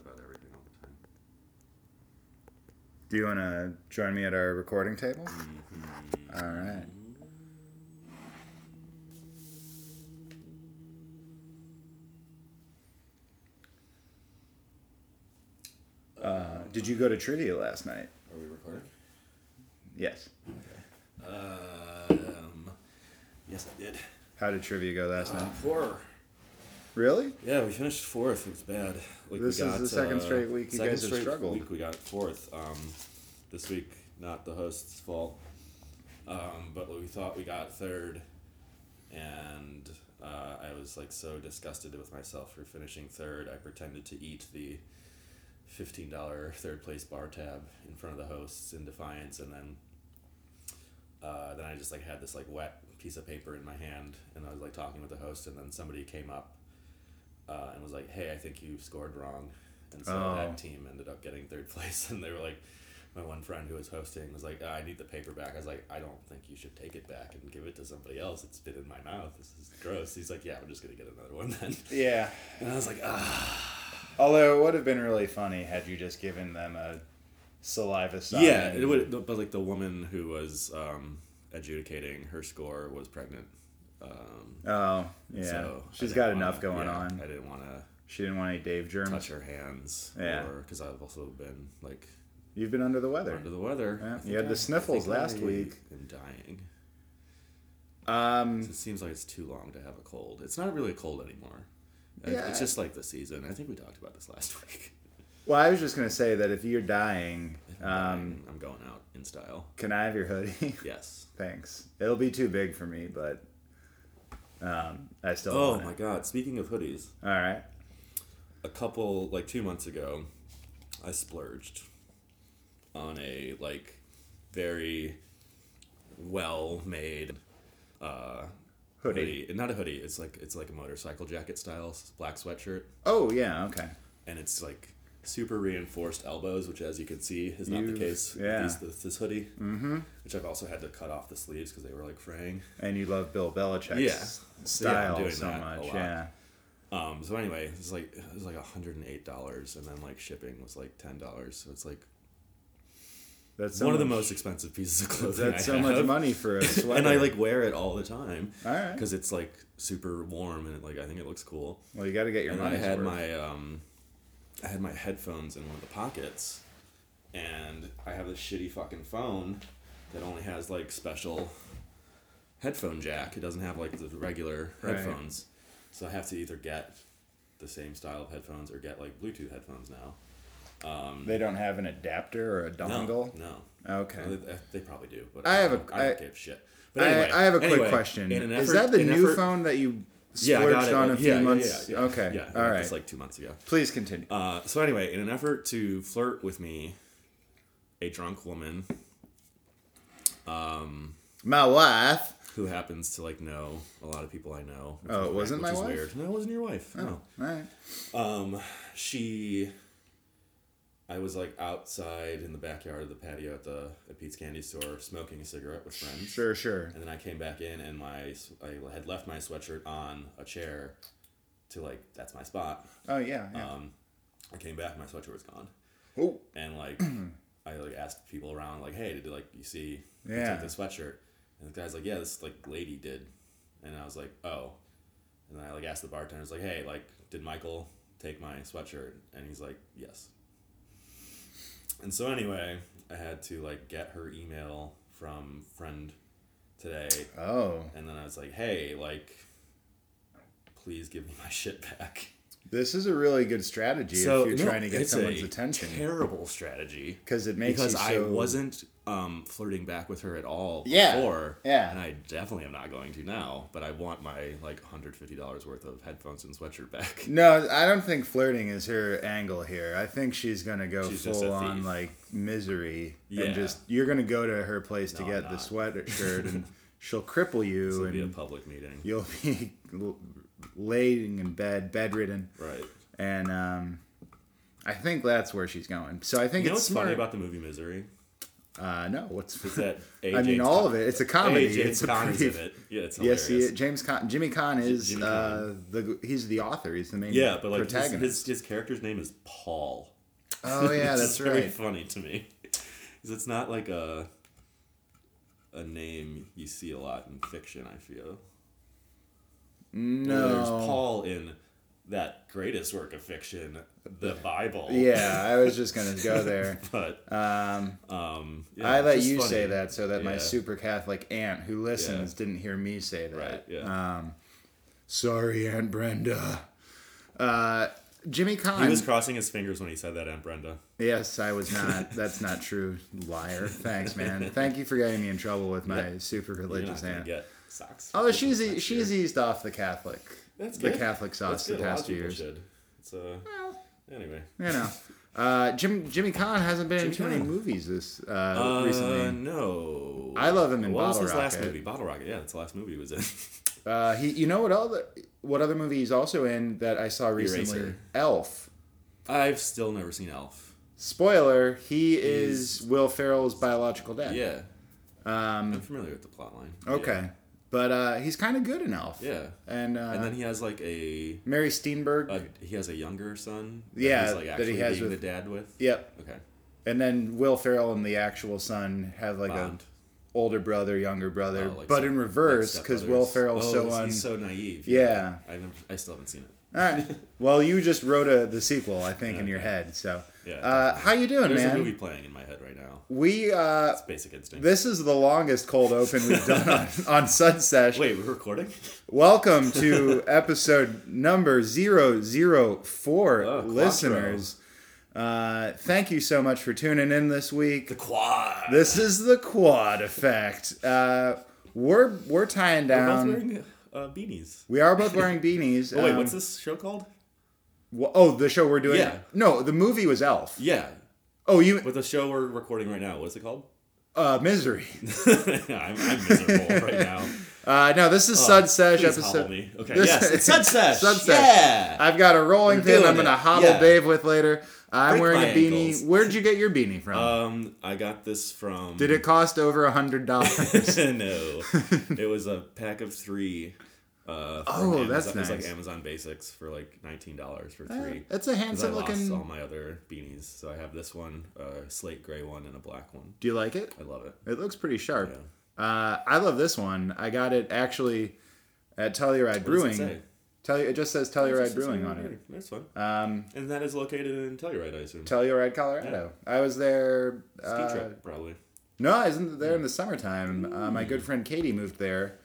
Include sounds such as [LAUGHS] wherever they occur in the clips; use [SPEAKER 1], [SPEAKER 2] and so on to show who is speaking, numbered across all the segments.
[SPEAKER 1] about everything all the time.
[SPEAKER 2] Do you want to join me at our recording table?
[SPEAKER 1] Mm-hmm.
[SPEAKER 2] All right. Uh, did you go to trivia last night?
[SPEAKER 1] Are we recording?
[SPEAKER 2] Yes.
[SPEAKER 1] Um, yes, I did.
[SPEAKER 2] How did trivia go last
[SPEAKER 1] Uh,
[SPEAKER 2] night?
[SPEAKER 1] four.
[SPEAKER 2] Really?
[SPEAKER 1] Yeah, we finished fourth. It was bad. Like,
[SPEAKER 2] This is the second straight week you
[SPEAKER 1] uh, second
[SPEAKER 2] guys have
[SPEAKER 1] straight
[SPEAKER 2] struggled.
[SPEAKER 1] Week we got fourth. Um, this week, not the host's fault. Um, but we thought we got third, and uh, I was like so disgusted with myself for finishing third. I pretended to eat the fifteen dollar third place bar tab in front of the hosts in defiance, and then uh, then I just like had this like wet piece of paper in my hand, and I was like talking with the host, and then somebody came up uh, and was like, "Hey, I think you scored wrong," and so
[SPEAKER 2] Oh.
[SPEAKER 1] that team ended up getting third [LAUGHS] place, and they were like. My one friend who was hosting was like, "I need the paper back." I was like, "I don't think you should take it back and give it to somebody else. It's been in my mouth. This is gross." He's like, "Yeah, we're just gonna get another one then." [LAUGHS]
[SPEAKER 2] Yeah.
[SPEAKER 1] And I was like, "Ah,
[SPEAKER 2] Although it would have been really funny had you just given them a saliva sign.
[SPEAKER 1] yeah." It would, but like the woman who was um, adjudicating her score was pregnant. Um,
[SPEAKER 2] Oh, yeah.
[SPEAKER 1] So I
[SPEAKER 2] She's
[SPEAKER 1] didn't
[SPEAKER 2] got
[SPEAKER 1] wanna-
[SPEAKER 2] enough going
[SPEAKER 1] yeah,
[SPEAKER 2] on.
[SPEAKER 1] I didn't want to
[SPEAKER 2] She didn't want any Dave germs.
[SPEAKER 1] touch her hands.
[SPEAKER 2] Yeah.
[SPEAKER 1] Because I've also been like
[SPEAKER 2] You've been under the weather.
[SPEAKER 1] under the weather.
[SPEAKER 2] Yeah,
[SPEAKER 1] I
[SPEAKER 2] you
[SPEAKER 1] think
[SPEAKER 2] had the
[SPEAKER 1] I- I
[SPEAKER 2] sniffles
[SPEAKER 1] think
[SPEAKER 2] last
[SPEAKER 1] I
[SPEAKER 2] week.
[SPEAKER 1] am dying.
[SPEAKER 2] Um,
[SPEAKER 1] It seems like it's too long to have a cold. It's not really a cold anymore. Uh,
[SPEAKER 2] Yeah.
[SPEAKER 1] It's just like the season. I think we talked about this last [LAUGHS] week.
[SPEAKER 2] well, I was just going to say that if you're dying, um,
[SPEAKER 1] I'm going out in style.
[SPEAKER 2] can I have your hoodie? [LAUGHS]
[SPEAKER 1] Yes.
[SPEAKER 2] Thanks. It'll be too big for me, but um, I still
[SPEAKER 1] Oh
[SPEAKER 2] want
[SPEAKER 1] my
[SPEAKER 2] it.
[SPEAKER 1] god! Speaking of hoodies,
[SPEAKER 2] All right.
[SPEAKER 1] a couple like two months ago, I splurged on a like very well made uh,
[SPEAKER 2] Hoodie.
[SPEAKER 1] Not a hoodie. It's like it's like a motorcycle jacket style s- black sweatshirt,
[SPEAKER 2] Oh, yeah, okay.
[SPEAKER 1] and it's like super reinforced elbows, which as you can see is not
[SPEAKER 2] You've-
[SPEAKER 1] the case. with
[SPEAKER 2] yeah.
[SPEAKER 1] These, this, this hoodie, mm-hmm. which I've also had to cut off the sleeves because they were like fraying.
[SPEAKER 2] And you love Bill Belichick's
[SPEAKER 1] Yeah. Yeah, I'm
[SPEAKER 2] style
[SPEAKER 1] doing
[SPEAKER 2] so
[SPEAKER 1] that a
[SPEAKER 2] much.
[SPEAKER 1] lot.
[SPEAKER 2] Yeah.
[SPEAKER 1] Um, so anyway, it's like it was like hundred and eight dollars, and then like shipping was like ten dollars. So it's like
[SPEAKER 2] That's
[SPEAKER 1] one of the
[SPEAKER 2] much- Oh,
[SPEAKER 1] most expensive pieces of clothing.
[SPEAKER 2] That's
[SPEAKER 1] I
[SPEAKER 2] so much
[SPEAKER 1] have.
[SPEAKER 2] money for a
[SPEAKER 1] [LAUGHS]
[SPEAKER 2] sweater.
[SPEAKER 1] and I like wear it all the time.
[SPEAKER 2] Alright.
[SPEAKER 1] Because it's like super warm and it, like I think it looks cool.
[SPEAKER 2] Well, you got to get your
[SPEAKER 1] And I
[SPEAKER 2] money's
[SPEAKER 1] had
[SPEAKER 2] worth.
[SPEAKER 1] my um, I had my headphones in one of the pockets, and I have this shitty fucking phone that only has like special headphone jack. It doesn't have like the regular
[SPEAKER 2] Right.
[SPEAKER 1] headphones, so I have to either get the same style of headphones or get like Bluetooth headphones now.
[SPEAKER 2] They don't have an adapter or a dongle.
[SPEAKER 1] No, no.
[SPEAKER 2] Okay.
[SPEAKER 1] Well, They, they probably do, but
[SPEAKER 2] I have a-
[SPEAKER 1] don't, I don't
[SPEAKER 2] I-
[SPEAKER 1] give shit.
[SPEAKER 2] I, I have a
[SPEAKER 1] anyway,
[SPEAKER 2] quick question.
[SPEAKER 1] in an
[SPEAKER 2] Is
[SPEAKER 1] effort-
[SPEAKER 2] that the
[SPEAKER 1] in
[SPEAKER 2] new
[SPEAKER 1] effort-
[SPEAKER 2] phone that you
[SPEAKER 1] Yeah, I got
[SPEAKER 2] splurged
[SPEAKER 1] it.
[SPEAKER 2] on a
[SPEAKER 1] like,
[SPEAKER 2] few
[SPEAKER 1] yeah, yeah,
[SPEAKER 2] months?
[SPEAKER 1] yeah, yeah.
[SPEAKER 2] Okay.
[SPEAKER 1] Yeah, I got
[SPEAKER 2] All
[SPEAKER 1] This
[SPEAKER 2] right.
[SPEAKER 1] like two months ago.
[SPEAKER 2] Please continue.
[SPEAKER 1] Uh, so anyway, in an effort to flirt with me, a drunk woman
[SPEAKER 2] my wife.
[SPEAKER 1] who happens to like know a lot of people I know. which
[SPEAKER 2] Oh,
[SPEAKER 1] is
[SPEAKER 2] it
[SPEAKER 1] weird-
[SPEAKER 2] wasn't
[SPEAKER 1] which
[SPEAKER 2] my
[SPEAKER 1] is
[SPEAKER 2] wife? Oh.
[SPEAKER 1] Weird. No, it wasn't your wife. No.
[SPEAKER 2] All right.
[SPEAKER 1] Um, she. I was like outside in the backyard of the patio at the at Pete's candy store, smoking a cigarette with friends.
[SPEAKER 2] Sure, sure.
[SPEAKER 1] And then I came back in, and my s- I had left my sweatshirt on a chair, to like that's my spot.
[SPEAKER 2] Oh, yeah. yeah.
[SPEAKER 1] Um, I came back, my sweatshirt was gone,
[SPEAKER 2] oh,
[SPEAKER 1] and
[SPEAKER 2] [CLEARS THROAT]
[SPEAKER 1] like I like asked people around, like, "Hey, did like you see who
[SPEAKER 2] Yeah.
[SPEAKER 1] took the sweatshirt?" And the guy's like, "Yeah, this like lady did," and I was like, "Oh," and then I like asked the bartender, I was like, "Hey, like did Michael take my sweatshirt?" And he's like, "Yes." And so anyway, I had to like get her email from friend today
[SPEAKER 2] oh.
[SPEAKER 1] and then I was like, "Hey, like, please give me [LAUGHS] my shit back."
[SPEAKER 2] This is a really good strategy if you're trying to get someone's attention.
[SPEAKER 1] terrible strategy
[SPEAKER 2] because it makes
[SPEAKER 1] because
[SPEAKER 2] you
[SPEAKER 1] I
[SPEAKER 2] so-
[SPEAKER 1] wasn't um, flirting back with her at all
[SPEAKER 2] Yeah,
[SPEAKER 1] before,
[SPEAKER 2] yeah.
[SPEAKER 1] and I definitely am not going to now. But I want my like hundred fifty dollars worth of headphones and sweatshirt back. [LAUGHS]
[SPEAKER 2] No, I don't think flirting is her angle here. I think she's gonna go
[SPEAKER 1] She's just a
[SPEAKER 2] full on
[SPEAKER 1] thief.
[SPEAKER 2] like misery
[SPEAKER 1] Yeah.
[SPEAKER 2] and just you're gonna go to her place to
[SPEAKER 1] No, I'm
[SPEAKER 2] get the
[SPEAKER 1] not. [LAUGHS]
[SPEAKER 2] sweatshirt and she'll cripple you
[SPEAKER 1] It'll be a
[SPEAKER 2] and
[SPEAKER 1] public meeting,
[SPEAKER 2] you'll be [LAUGHS] l- laying in bed, bedridden,
[SPEAKER 1] right?
[SPEAKER 2] and um, I think that's where she's going. So I think
[SPEAKER 1] You know
[SPEAKER 2] it's
[SPEAKER 1] what's
[SPEAKER 2] smart.
[SPEAKER 1] funny about the movie Misery?
[SPEAKER 2] Uh, no, what's
[SPEAKER 1] Is that
[SPEAKER 2] [LAUGHS] I
[SPEAKER 1] A.
[SPEAKER 2] mean,
[SPEAKER 1] James
[SPEAKER 2] all
[SPEAKER 1] Caan?
[SPEAKER 2] of it. It's a comedy.
[SPEAKER 1] A. James
[SPEAKER 2] It's a
[SPEAKER 1] Caan is
[SPEAKER 2] [LAUGHS] pretty-
[SPEAKER 1] in it. Yeah, it's
[SPEAKER 2] Yes,
[SPEAKER 1] hilarious.
[SPEAKER 2] he, James Con, Jimmy Con is
[SPEAKER 1] Jimmy
[SPEAKER 2] uh, the he's the author. He's the main
[SPEAKER 1] Yeah, but like his, [LAUGHS] his
[SPEAKER 2] protagonist.
[SPEAKER 1] his character's name is Paul.
[SPEAKER 2] oh yeah,
[SPEAKER 1] Which
[SPEAKER 2] that's
[SPEAKER 1] is very
[SPEAKER 2] right.
[SPEAKER 1] funny to me, [LAUGHS] because it's not like a a name you see a lot in fiction. I feel
[SPEAKER 2] No,
[SPEAKER 1] there's Paul in that greatest work of fiction, the Bible.
[SPEAKER 2] yeah, I was just gonna
[SPEAKER 1] [LAUGHS]
[SPEAKER 2] go there.
[SPEAKER 1] but
[SPEAKER 2] Um,
[SPEAKER 1] um, yeah,
[SPEAKER 2] I let
[SPEAKER 1] it's
[SPEAKER 2] you
[SPEAKER 1] funny.
[SPEAKER 2] say that so that my
[SPEAKER 1] Yeah.
[SPEAKER 2] super Catholic aunt who listens didn't hear me say that.
[SPEAKER 1] Right, yeah.
[SPEAKER 2] Um, sorry, Aunt Brenda. Uh, Jimmy Con.
[SPEAKER 1] He was crossing his fingers when he said that, Aunt Brenda.
[SPEAKER 2] Yes,
[SPEAKER 1] [LAUGHS]
[SPEAKER 2] I was not. That's not true, liar. Thanks, man. Thank you for getting me in trouble with my super
[SPEAKER 1] You're not
[SPEAKER 2] religious
[SPEAKER 1] gonna
[SPEAKER 2] aunt.
[SPEAKER 1] get socks. for
[SPEAKER 2] Although she's
[SPEAKER 1] Christmas
[SPEAKER 2] e-
[SPEAKER 1] next
[SPEAKER 2] she's
[SPEAKER 1] year.
[SPEAKER 2] eased off the Catholic,
[SPEAKER 1] That's
[SPEAKER 2] the
[SPEAKER 1] good.
[SPEAKER 2] Catholic
[SPEAKER 1] That's
[SPEAKER 2] sauce the
[SPEAKER 1] good. A lot of
[SPEAKER 2] past few
[SPEAKER 1] people
[SPEAKER 2] years.
[SPEAKER 1] should. It's uh, anyway.
[SPEAKER 2] You know, uh, Jim Jimmy Kahn hasn't been in
[SPEAKER 1] Jimmy
[SPEAKER 2] too many
[SPEAKER 1] Caan.
[SPEAKER 2] movies this uh,
[SPEAKER 1] Uh,
[SPEAKER 2] recently.
[SPEAKER 1] no.
[SPEAKER 2] I love him in
[SPEAKER 1] what was
[SPEAKER 2] Bottle
[SPEAKER 1] his last
[SPEAKER 2] Rocket.
[SPEAKER 1] movie? Bottle Rocket. Yeah, that's the last movie he was in. [LAUGHS]
[SPEAKER 2] Uh, he, you know what other what other movie he's also in that I saw recently?
[SPEAKER 1] Eraser.
[SPEAKER 2] Elf.
[SPEAKER 1] I've still never seen Elf.
[SPEAKER 2] Spoiler: He is Will Ferrell's biological dad.
[SPEAKER 1] Yeah,
[SPEAKER 2] Um,
[SPEAKER 1] I'm familiar with the plot line.
[SPEAKER 2] okay, but uh, he's kind of good in Elf.
[SPEAKER 1] Yeah. Yeah.
[SPEAKER 2] And, uh,
[SPEAKER 1] And then Uh, he has like a,
[SPEAKER 2] Mary Steenburgen.
[SPEAKER 1] a he has a younger son. That
[SPEAKER 2] Yeah,
[SPEAKER 1] he's, like
[SPEAKER 2] that he
[SPEAKER 1] actually
[SPEAKER 2] has
[SPEAKER 1] being
[SPEAKER 2] with-
[SPEAKER 1] the dad with.
[SPEAKER 2] yep.
[SPEAKER 1] Okay.
[SPEAKER 2] And then Will Ferrell and the actual son have like a
[SPEAKER 1] Bond.
[SPEAKER 2] older brother, younger brother,
[SPEAKER 1] Oh, like
[SPEAKER 2] but
[SPEAKER 1] step-
[SPEAKER 2] in
[SPEAKER 1] like
[SPEAKER 2] reverse because Will
[SPEAKER 1] stepbrothers.
[SPEAKER 2] Ferrell's
[SPEAKER 1] oh,
[SPEAKER 2] so
[SPEAKER 1] he's-
[SPEAKER 2] un.
[SPEAKER 1] he's so naive.
[SPEAKER 2] Yeah.
[SPEAKER 1] I never, I still haven't seen it.
[SPEAKER 2] All
[SPEAKER 1] [LAUGHS]
[SPEAKER 2] right. Well, you just wrote a, the sequel, I think, in your
[SPEAKER 1] Okay.
[SPEAKER 2] head. So,
[SPEAKER 1] Yeah,
[SPEAKER 2] uh, how you doing,
[SPEAKER 1] There's
[SPEAKER 2] man?
[SPEAKER 1] a movie playing in my head right now.
[SPEAKER 2] We uh,
[SPEAKER 1] It's Basic Instinct.
[SPEAKER 2] this is the longest cold open we've
[SPEAKER 1] [LAUGHS]
[SPEAKER 2] done on, on Sunsesh.
[SPEAKER 1] Wait, we're recording?
[SPEAKER 2] Welcome to
[SPEAKER 1] [LAUGHS]
[SPEAKER 2] episode number 004,
[SPEAKER 1] Oh, Quattro.
[SPEAKER 2] listeners. Uh, thank you so much for tuning in this week.
[SPEAKER 1] The Quad.
[SPEAKER 2] This is the quad effect. Uh, we're we're tying
[SPEAKER 1] We're both
[SPEAKER 2] down.
[SPEAKER 1] wearing uh, beanies.
[SPEAKER 2] we
[SPEAKER 1] [LAUGHS]
[SPEAKER 2] are both wearing beanies.
[SPEAKER 1] Oh, wait,
[SPEAKER 2] um,
[SPEAKER 1] what's this show called?
[SPEAKER 2] wh- oh, the show we're doing.
[SPEAKER 1] Yeah.
[SPEAKER 2] No, the movie was Elf.
[SPEAKER 1] Yeah,
[SPEAKER 2] Oh, you
[SPEAKER 1] with the show we're recording right now. What's it called?
[SPEAKER 2] uh, misery.
[SPEAKER 1] [LAUGHS] I'm, I'm miserable right
[SPEAKER 2] [LAUGHS]
[SPEAKER 1] now.
[SPEAKER 2] Uh, no, this is Sud Sesh
[SPEAKER 1] Oh, Please hobble
[SPEAKER 2] episode.
[SPEAKER 1] me. Okay,
[SPEAKER 2] [LAUGHS] This-
[SPEAKER 1] yes, it's
[SPEAKER 2] [LAUGHS]
[SPEAKER 1] Sunset.
[SPEAKER 2] Sunsesh.
[SPEAKER 1] Yeah.
[SPEAKER 2] I've got a rolling
[SPEAKER 1] We're
[SPEAKER 2] pin.
[SPEAKER 1] doing
[SPEAKER 2] I'm gonna
[SPEAKER 1] it.
[SPEAKER 2] hobble
[SPEAKER 1] Yeah.
[SPEAKER 2] Dave with later. I'm
[SPEAKER 1] Break
[SPEAKER 2] wearing
[SPEAKER 1] my
[SPEAKER 2] a beanie.
[SPEAKER 1] ankles.
[SPEAKER 2] Where'd you get your beanie from?
[SPEAKER 1] Um, I got this from.
[SPEAKER 2] Did it cost over a hundred
[SPEAKER 1] [LAUGHS]
[SPEAKER 2] dollars?
[SPEAKER 1] no, it was a pack of three. Uh, from
[SPEAKER 2] Oh,
[SPEAKER 1] Amazon.
[SPEAKER 2] that's
[SPEAKER 1] It was like
[SPEAKER 2] nice. Uh,
[SPEAKER 1] Amazon Basics for like nineteen dollars for three.
[SPEAKER 2] That's a
[SPEAKER 1] 'Cause I
[SPEAKER 2] handsome
[SPEAKER 1] lost
[SPEAKER 2] looking.
[SPEAKER 1] all my other beanies, so I have this one, a slate gray one, and a black one.
[SPEAKER 2] Do you like it?
[SPEAKER 1] I love it.
[SPEAKER 2] It looks pretty sharp. Uh, I love this one. I got it actually at Telluride
[SPEAKER 1] What does it
[SPEAKER 2] Brewing.
[SPEAKER 1] say?
[SPEAKER 2] Tell it just says
[SPEAKER 1] It's
[SPEAKER 2] Telluride
[SPEAKER 1] just
[SPEAKER 2] Brewing on
[SPEAKER 1] right
[SPEAKER 2] it.
[SPEAKER 1] here. That's fun.
[SPEAKER 2] Um,
[SPEAKER 1] And that is located in Telluride, I assume.
[SPEAKER 2] Telluride, Colorado. I was there. Uh,
[SPEAKER 1] Ski trip, Mm. probably.
[SPEAKER 2] No, I was in- there in the summertime. Uh, my good friend Katie moved there,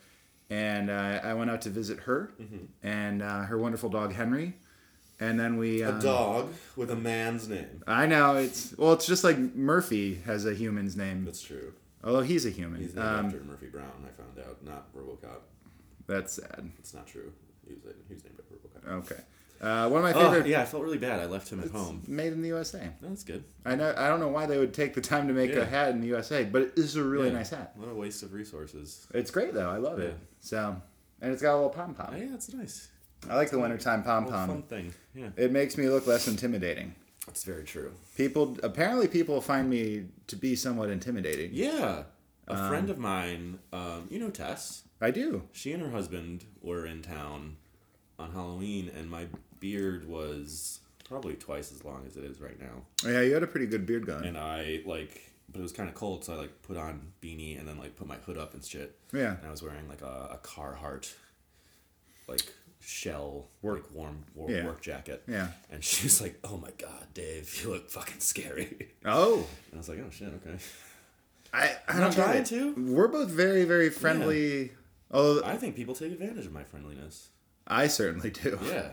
[SPEAKER 2] and uh, I went out to visit her
[SPEAKER 1] Mm-hmm.
[SPEAKER 2] and uh, her wonderful dog Henry. And then we. Uh,
[SPEAKER 1] dog with a man's name.
[SPEAKER 2] I know it's well. It's just like Murphy has a human's name,
[SPEAKER 1] That's true.
[SPEAKER 2] although he's a human.
[SPEAKER 1] He's named
[SPEAKER 2] um,
[SPEAKER 1] after Murphy Brown. I found out, not RoboCop.
[SPEAKER 2] that's sad.
[SPEAKER 1] It's not true. He was, he was named after RoboCop.
[SPEAKER 2] Okay. Uh, one of my
[SPEAKER 1] Oh,
[SPEAKER 2] favorite
[SPEAKER 1] yeah, I felt really bad. I left him at home.
[SPEAKER 2] made in the USA.
[SPEAKER 1] No, that's good.
[SPEAKER 2] I know. I don't know why they would take the time to make
[SPEAKER 1] Yeah.
[SPEAKER 2] a hat in the USA, but it is a really
[SPEAKER 1] Yeah.
[SPEAKER 2] nice hat.
[SPEAKER 1] What a waste of resources.
[SPEAKER 2] It's great though. I love it.
[SPEAKER 1] Yeah.
[SPEAKER 2] So, and it's got a little pom
[SPEAKER 1] Oh,
[SPEAKER 2] pom.
[SPEAKER 1] yeah, it's nice.
[SPEAKER 2] I like the wintertime pom
[SPEAKER 1] Little fun
[SPEAKER 2] pom.
[SPEAKER 1] thing. Yeah,
[SPEAKER 2] It makes me look less intimidating.
[SPEAKER 1] that's very true.
[SPEAKER 2] People apparently people find me to be somewhat intimidating.
[SPEAKER 1] Yeah, a friend of mine, um, you know Tess.
[SPEAKER 2] I do.
[SPEAKER 1] She and her husband were in town on Halloween, and my beard was probably twice as long as it is right now.
[SPEAKER 2] Yeah, you had a pretty good beard going.
[SPEAKER 1] and I like, but it was kind of cold, so I like put on beanie and then like put my hood up and shit.
[SPEAKER 2] Yeah.
[SPEAKER 1] And I was wearing like a, a Carhartt, like shell,
[SPEAKER 2] Work-
[SPEAKER 1] like warm, warm
[SPEAKER 2] Yeah.
[SPEAKER 1] work jacket.
[SPEAKER 2] Yeah.
[SPEAKER 1] And she was like, "Oh my god, Dave, you look fucking scary." And
[SPEAKER 2] Oh,
[SPEAKER 1] I was like, "Oh shit, okay."
[SPEAKER 2] I I
[SPEAKER 1] I'm
[SPEAKER 2] don't get
[SPEAKER 1] trying
[SPEAKER 2] it.
[SPEAKER 1] to.
[SPEAKER 2] We're both very very friendly. Oh,
[SPEAKER 1] I think people take advantage of my friendliness.
[SPEAKER 2] I certainly do.
[SPEAKER 1] Yeah.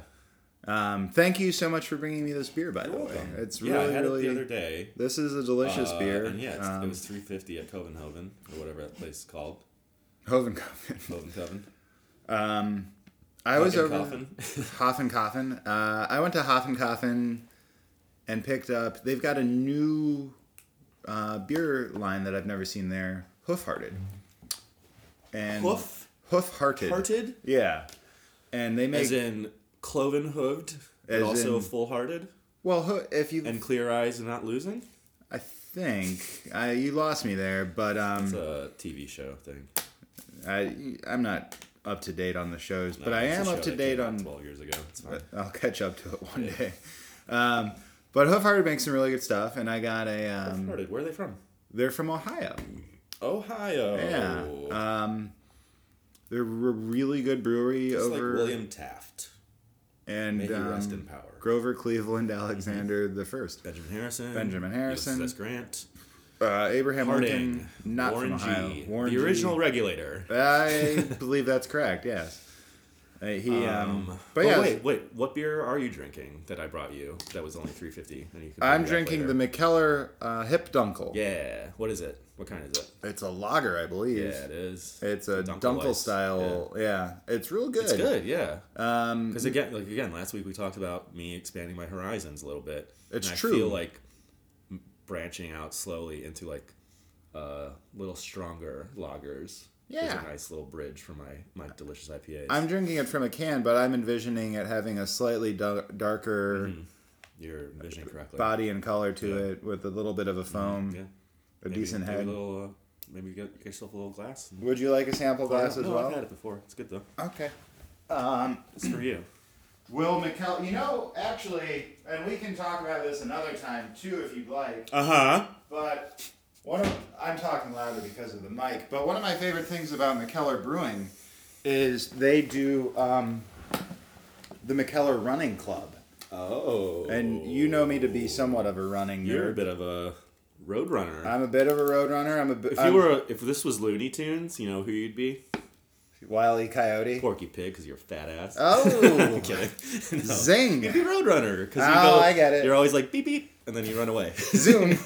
[SPEAKER 2] Um, thank you so much for bringing me this beer. By the way, it's
[SPEAKER 1] yeah,
[SPEAKER 2] really
[SPEAKER 1] I had
[SPEAKER 2] really.
[SPEAKER 1] it the other day.
[SPEAKER 2] This is a delicious
[SPEAKER 1] Uh,
[SPEAKER 2] beer.
[SPEAKER 1] And yeah, it's,
[SPEAKER 2] um,
[SPEAKER 1] it was 350 at Covenhoven or whatever that place is called.
[SPEAKER 2] Hovenkofen. [LAUGHS]
[SPEAKER 1] Covenhoven.
[SPEAKER 2] Um, I was over
[SPEAKER 1] Coffin.
[SPEAKER 2] Hoffen Coffin. Uh, I went to Hoffen Coffin and picked up. They've got a new uh, beer line that I've never seen there. Hoof Hearted.
[SPEAKER 1] [LAUGHS]
[SPEAKER 2] And
[SPEAKER 1] Hoof
[SPEAKER 2] Hoof Hearted.
[SPEAKER 1] hearted.
[SPEAKER 2] Yeah. And they make
[SPEAKER 1] As in cloven hooved, but
[SPEAKER 2] As
[SPEAKER 1] also
[SPEAKER 2] in-
[SPEAKER 1] full hearted
[SPEAKER 2] well. hoo- If you,
[SPEAKER 1] and clear eyes and not losing.
[SPEAKER 2] I think I, you lost me there, but
[SPEAKER 1] It's
[SPEAKER 2] um,
[SPEAKER 1] a TV show thing.
[SPEAKER 2] I I'm not up to date on the shows, but
[SPEAKER 1] No,
[SPEAKER 2] I
[SPEAKER 1] Uh, it's a
[SPEAKER 2] am
[SPEAKER 1] show
[SPEAKER 2] up to
[SPEAKER 1] that
[SPEAKER 2] date
[SPEAKER 1] came out
[SPEAKER 2] on
[SPEAKER 1] twelve years ago. It's fine.
[SPEAKER 2] but I'll catch up to it one
[SPEAKER 1] Yeah.
[SPEAKER 2] day. Um, but Hoofhearted makes some really good stuff, and I got a. Um,
[SPEAKER 1] Started. Where are they from?
[SPEAKER 2] they're from Ohio.
[SPEAKER 1] Ohio.
[SPEAKER 2] Yeah. Um, they're a really good brewery
[SPEAKER 1] Just like
[SPEAKER 2] over
[SPEAKER 1] William Taft.
[SPEAKER 2] and
[SPEAKER 1] May he
[SPEAKER 2] um,
[SPEAKER 1] rest in power. Mm-hmm.
[SPEAKER 2] Grover Cleveland Alexander the first,
[SPEAKER 1] Benjamin Harrison.
[SPEAKER 2] Benjamin Harrison.
[SPEAKER 1] Ulysses S. Grant.
[SPEAKER 2] uh, Abraham
[SPEAKER 1] Harding.
[SPEAKER 2] Lincoln, not
[SPEAKER 1] Warren
[SPEAKER 2] from Ohio.
[SPEAKER 1] G.
[SPEAKER 2] Warren
[SPEAKER 1] the
[SPEAKER 2] G.
[SPEAKER 1] original regulator.
[SPEAKER 2] I
[SPEAKER 1] [LAUGHS]
[SPEAKER 2] believe that's correct. Yes. Uh, he. Um, but yeah,
[SPEAKER 1] oh, wait, wait. What beer are you drinking that I brought you? That was only three fifty.
[SPEAKER 2] I'm drinking the McKellar uh, Hip Dunkel.
[SPEAKER 1] Yeah. What is it? What kind is it?
[SPEAKER 2] It's a lager, I believe.
[SPEAKER 1] Yeah, it is.
[SPEAKER 2] It's a
[SPEAKER 1] Dunkel
[SPEAKER 2] Dunkel,
[SPEAKER 1] Weiss.
[SPEAKER 2] style. Yeah. it's real good.
[SPEAKER 1] It's good. Yeah.
[SPEAKER 2] Um,
[SPEAKER 1] Because again, like again, last week we talked about me expanding my horizons a little bit.
[SPEAKER 2] It's
[SPEAKER 1] and I
[SPEAKER 2] true.
[SPEAKER 1] feel like m- branching out slowly into like uh, little stronger lagers. There's
[SPEAKER 2] Yeah.
[SPEAKER 1] a nice little bridge for my my delicious IPAs.
[SPEAKER 2] I'm drinking it from a can, but I'm envisioning it having a slightly da- darker
[SPEAKER 1] Mm-hmm. You're envisioning correctly.
[SPEAKER 2] body and color to it, with a little bit of a foam,
[SPEAKER 1] yeah.
[SPEAKER 2] a decent
[SPEAKER 1] do a
[SPEAKER 2] head.
[SPEAKER 1] little, uh, maybe get, get yourself a little glass. and-
[SPEAKER 2] Would you like a sample glass as
[SPEAKER 1] no, I've had
[SPEAKER 2] well?
[SPEAKER 1] it before. It's good though.
[SPEAKER 2] Okay. Um,
[SPEAKER 1] It's
[SPEAKER 2] [CLEARS THROAT]
[SPEAKER 1] for you.
[SPEAKER 2] Will McKell, you know, actually, and we can talk about this another time too, if you'd like.
[SPEAKER 1] Uh huh.
[SPEAKER 2] Uh-huh. But one of I'm talking louder because of the mic. But one of my favorite things about McKellar Brewing is they do um, the McKellar Running Club,
[SPEAKER 1] Oh.
[SPEAKER 2] and you know me to be somewhat of a running
[SPEAKER 1] You're a
[SPEAKER 2] nerd.
[SPEAKER 1] bit of a road runner.
[SPEAKER 2] I'm a bit of a road runner. I'm a bit.
[SPEAKER 1] if you were, a, if this was Looney Tunes, you know who you'd be?
[SPEAKER 2] Wiley Coyote.
[SPEAKER 1] Porky Pig, because you're a fat ass. [LAUGHS]
[SPEAKER 2] Oh,
[SPEAKER 1] I'm
[SPEAKER 2] [LAUGHS]
[SPEAKER 1] kidding. No. [LAUGHS]
[SPEAKER 2] zing,
[SPEAKER 1] You'd be Road Runner, because you
[SPEAKER 2] Oh,
[SPEAKER 1] go,
[SPEAKER 2] I get it.
[SPEAKER 1] You're always like beep beep, and then you run
[SPEAKER 2] [LAUGHS]
[SPEAKER 1] away.
[SPEAKER 2] zoom.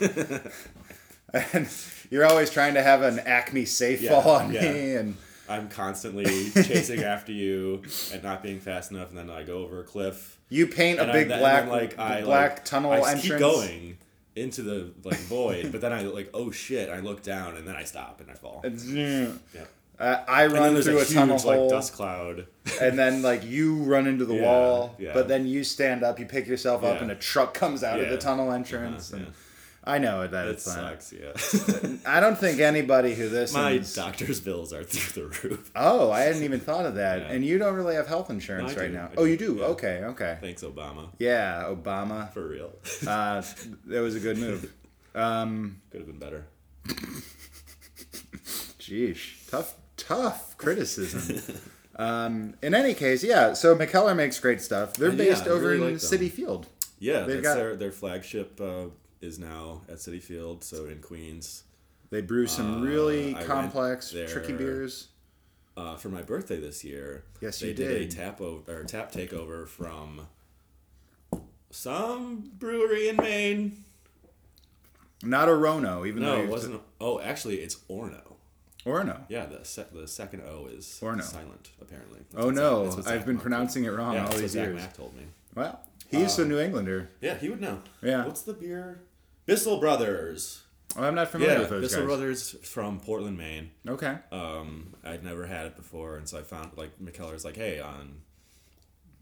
[SPEAKER 2] and you're always trying to have an Acme safe
[SPEAKER 1] Yeah,
[SPEAKER 2] fall on
[SPEAKER 1] yeah.
[SPEAKER 2] me, and
[SPEAKER 1] I'm
[SPEAKER 2] [LAUGHS]
[SPEAKER 1] constantly chasing after you and not being fast enough, and then I go over a cliff.
[SPEAKER 2] you paint a
[SPEAKER 1] and
[SPEAKER 2] big
[SPEAKER 1] I'm,
[SPEAKER 2] black
[SPEAKER 1] and then, like I
[SPEAKER 2] black
[SPEAKER 1] like,
[SPEAKER 2] tunnel
[SPEAKER 1] I
[SPEAKER 2] entrance.
[SPEAKER 1] keep going into the like void, but then I like oh shit, I look down and then I stop and I fall.
[SPEAKER 2] It's- mm.
[SPEAKER 1] Yeah.
[SPEAKER 2] Uh, I
[SPEAKER 1] And then
[SPEAKER 2] run
[SPEAKER 1] there's
[SPEAKER 2] through
[SPEAKER 1] a
[SPEAKER 2] a,
[SPEAKER 1] huge
[SPEAKER 2] tunnel
[SPEAKER 1] like
[SPEAKER 2] hole,
[SPEAKER 1] dust
[SPEAKER 2] [LAUGHS]
[SPEAKER 1] cloud.
[SPEAKER 2] and then like you run into the
[SPEAKER 1] Yeah,
[SPEAKER 2] wall,
[SPEAKER 1] yeah.
[SPEAKER 2] but then you stand up, you pick yourself up,
[SPEAKER 1] Yeah.
[SPEAKER 2] and a truck comes out of the
[SPEAKER 1] Yeah.
[SPEAKER 2] tunnel entrance.
[SPEAKER 1] Uh-huh,
[SPEAKER 2] and
[SPEAKER 1] yeah.
[SPEAKER 2] I know that
[SPEAKER 1] That
[SPEAKER 2] it's not.
[SPEAKER 1] sucks.
[SPEAKER 2] [LAUGHS]
[SPEAKER 1] Yeah.
[SPEAKER 2] I don't think anybody who
[SPEAKER 1] My
[SPEAKER 2] listens.
[SPEAKER 1] doctor's bills are [LAUGHS] through the roof.
[SPEAKER 2] oh, I hadn't even thought of that.
[SPEAKER 1] Yeah.
[SPEAKER 2] And you don't really have health insurance
[SPEAKER 1] No, I
[SPEAKER 2] right
[SPEAKER 1] do,
[SPEAKER 2] now.
[SPEAKER 1] I
[SPEAKER 2] Oh,
[SPEAKER 1] do,
[SPEAKER 2] you do.
[SPEAKER 1] yeah.
[SPEAKER 2] Okay, okay.
[SPEAKER 1] Thanks, Obama.
[SPEAKER 2] Yeah, Obama.
[SPEAKER 1] For
[SPEAKER 2] [LAUGHS]
[SPEAKER 1] real.
[SPEAKER 2] Uh, that was a good move. Um,
[SPEAKER 1] Could have been better.
[SPEAKER 2] Jeesh, tough,
[SPEAKER 1] [LAUGHS]
[SPEAKER 2] tough criticism. um, in any case, yeah. So McKellar makes great stuff. They're
[SPEAKER 1] And yeah,
[SPEAKER 2] based
[SPEAKER 1] I
[SPEAKER 2] over
[SPEAKER 1] really
[SPEAKER 2] in
[SPEAKER 1] like them.
[SPEAKER 2] City Field.
[SPEAKER 1] Yeah,
[SPEAKER 2] They've
[SPEAKER 1] that's
[SPEAKER 2] got-
[SPEAKER 1] their their flagship uh, is now at City Field, so in Queens.
[SPEAKER 2] They brew some
[SPEAKER 1] Uh,
[SPEAKER 2] really
[SPEAKER 1] I went
[SPEAKER 2] complex,
[SPEAKER 1] there-
[SPEAKER 2] tricky beers.
[SPEAKER 1] Uh, for my birthday this year,
[SPEAKER 2] Yes,
[SPEAKER 1] they
[SPEAKER 2] you
[SPEAKER 1] did.
[SPEAKER 2] did.
[SPEAKER 1] a tap over or tap takeover from some brewery in Maine.
[SPEAKER 2] Not a Rono, even though
[SPEAKER 1] No, it
[SPEAKER 2] you've-
[SPEAKER 1] wasn't. Oh, actually, it's Orno.
[SPEAKER 2] or no.
[SPEAKER 1] Yeah, the se- the second O is
[SPEAKER 2] Orno.
[SPEAKER 1] silent apparently. That's
[SPEAKER 2] Oh
[SPEAKER 1] what Zach-
[SPEAKER 2] no,
[SPEAKER 1] that's what Zach
[SPEAKER 2] I've been
[SPEAKER 1] Mack-
[SPEAKER 2] pronouncing it wrong
[SPEAKER 1] yeah,
[SPEAKER 2] all
[SPEAKER 1] that's what
[SPEAKER 2] these
[SPEAKER 1] Zach Uh,
[SPEAKER 2] years.
[SPEAKER 1] Mack told me.
[SPEAKER 2] Well, he's a New Englander.
[SPEAKER 1] Yeah, he would know.
[SPEAKER 2] Yeah.
[SPEAKER 1] What's the beer? Bissell Brothers.
[SPEAKER 2] Oh, I'm not familiar
[SPEAKER 1] Yeah,
[SPEAKER 2] with those
[SPEAKER 1] Bissell
[SPEAKER 2] guys.
[SPEAKER 1] Brothers from Portland, Maine.
[SPEAKER 2] Okay.
[SPEAKER 1] um, I'd never had it before, and so I found like McKellar's like, hey, on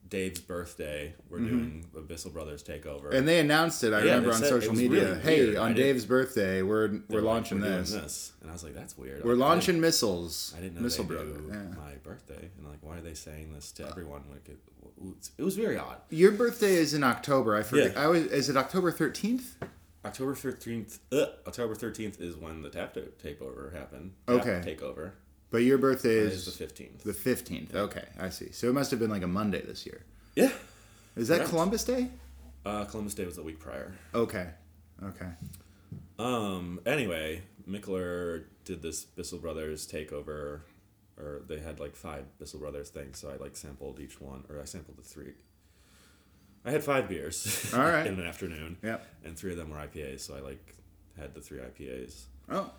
[SPEAKER 1] Dave's birthday, we're doing the Bissell Brothers takeover.
[SPEAKER 2] Mm-hmm. And they announced it. I
[SPEAKER 1] Yeah,
[SPEAKER 2] remember
[SPEAKER 1] they
[SPEAKER 2] on
[SPEAKER 1] said it
[SPEAKER 2] social
[SPEAKER 1] was
[SPEAKER 2] media.
[SPEAKER 1] really
[SPEAKER 2] hey,
[SPEAKER 1] weird. I
[SPEAKER 2] on
[SPEAKER 1] didn't-
[SPEAKER 2] Dave's birthday, we're we're,
[SPEAKER 1] They were like,
[SPEAKER 2] launching
[SPEAKER 1] "We're doing
[SPEAKER 2] this.
[SPEAKER 1] and I was like, that's weird.
[SPEAKER 2] We're
[SPEAKER 1] Like, I
[SPEAKER 2] launching
[SPEAKER 1] didn't-
[SPEAKER 2] missiles.
[SPEAKER 1] I didn't know
[SPEAKER 2] Missile
[SPEAKER 1] they
[SPEAKER 2] brother.
[SPEAKER 1] knew
[SPEAKER 2] Yeah.
[SPEAKER 1] my birthday, and like, why are they saying this to everyone? Like, it, it was very odd.
[SPEAKER 2] Your birthday is in October. I forget.
[SPEAKER 1] Yeah.
[SPEAKER 2] I was. Is it October 13th?
[SPEAKER 1] October thirteenth. October thirteenth is when the tap to- takeover happened. Tap
[SPEAKER 2] Okay.
[SPEAKER 1] takeover
[SPEAKER 2] But your birthday
[SPEAKER 1] is the
[SPEAKER 2] is
[SPEAKER 1] fifteenth.
[SPEAKER 2] the 15th. Okay, I see. So it must have been like a Monday this year.
[SPEAKER 1] Yeah.
[SPEAKER 2] Is that
[SPEAKER 1] Correct.
[SPEAKER 2] Columbus Day?
[SPEAKER 1] Uh, Columbus Day was a week prior.
[SPEAKER 2] Okay. Okay.
[SPEAKER 1] Um. Anyway, Mickler did this Bissell Brothers takeover, or they had like five Bissell Brothers things. So I like sampled each one, or I sampled the three. I had five beers.
[SPEAKER 2] All right.
[SPEAKER 1] [LAUGHS] in an afternoon.
[SPEAKER 2] Yep.
[SPEAKER 1] And three of them were IPAs, so I like had the three IPAs.
[SPEAKER 2] Oh,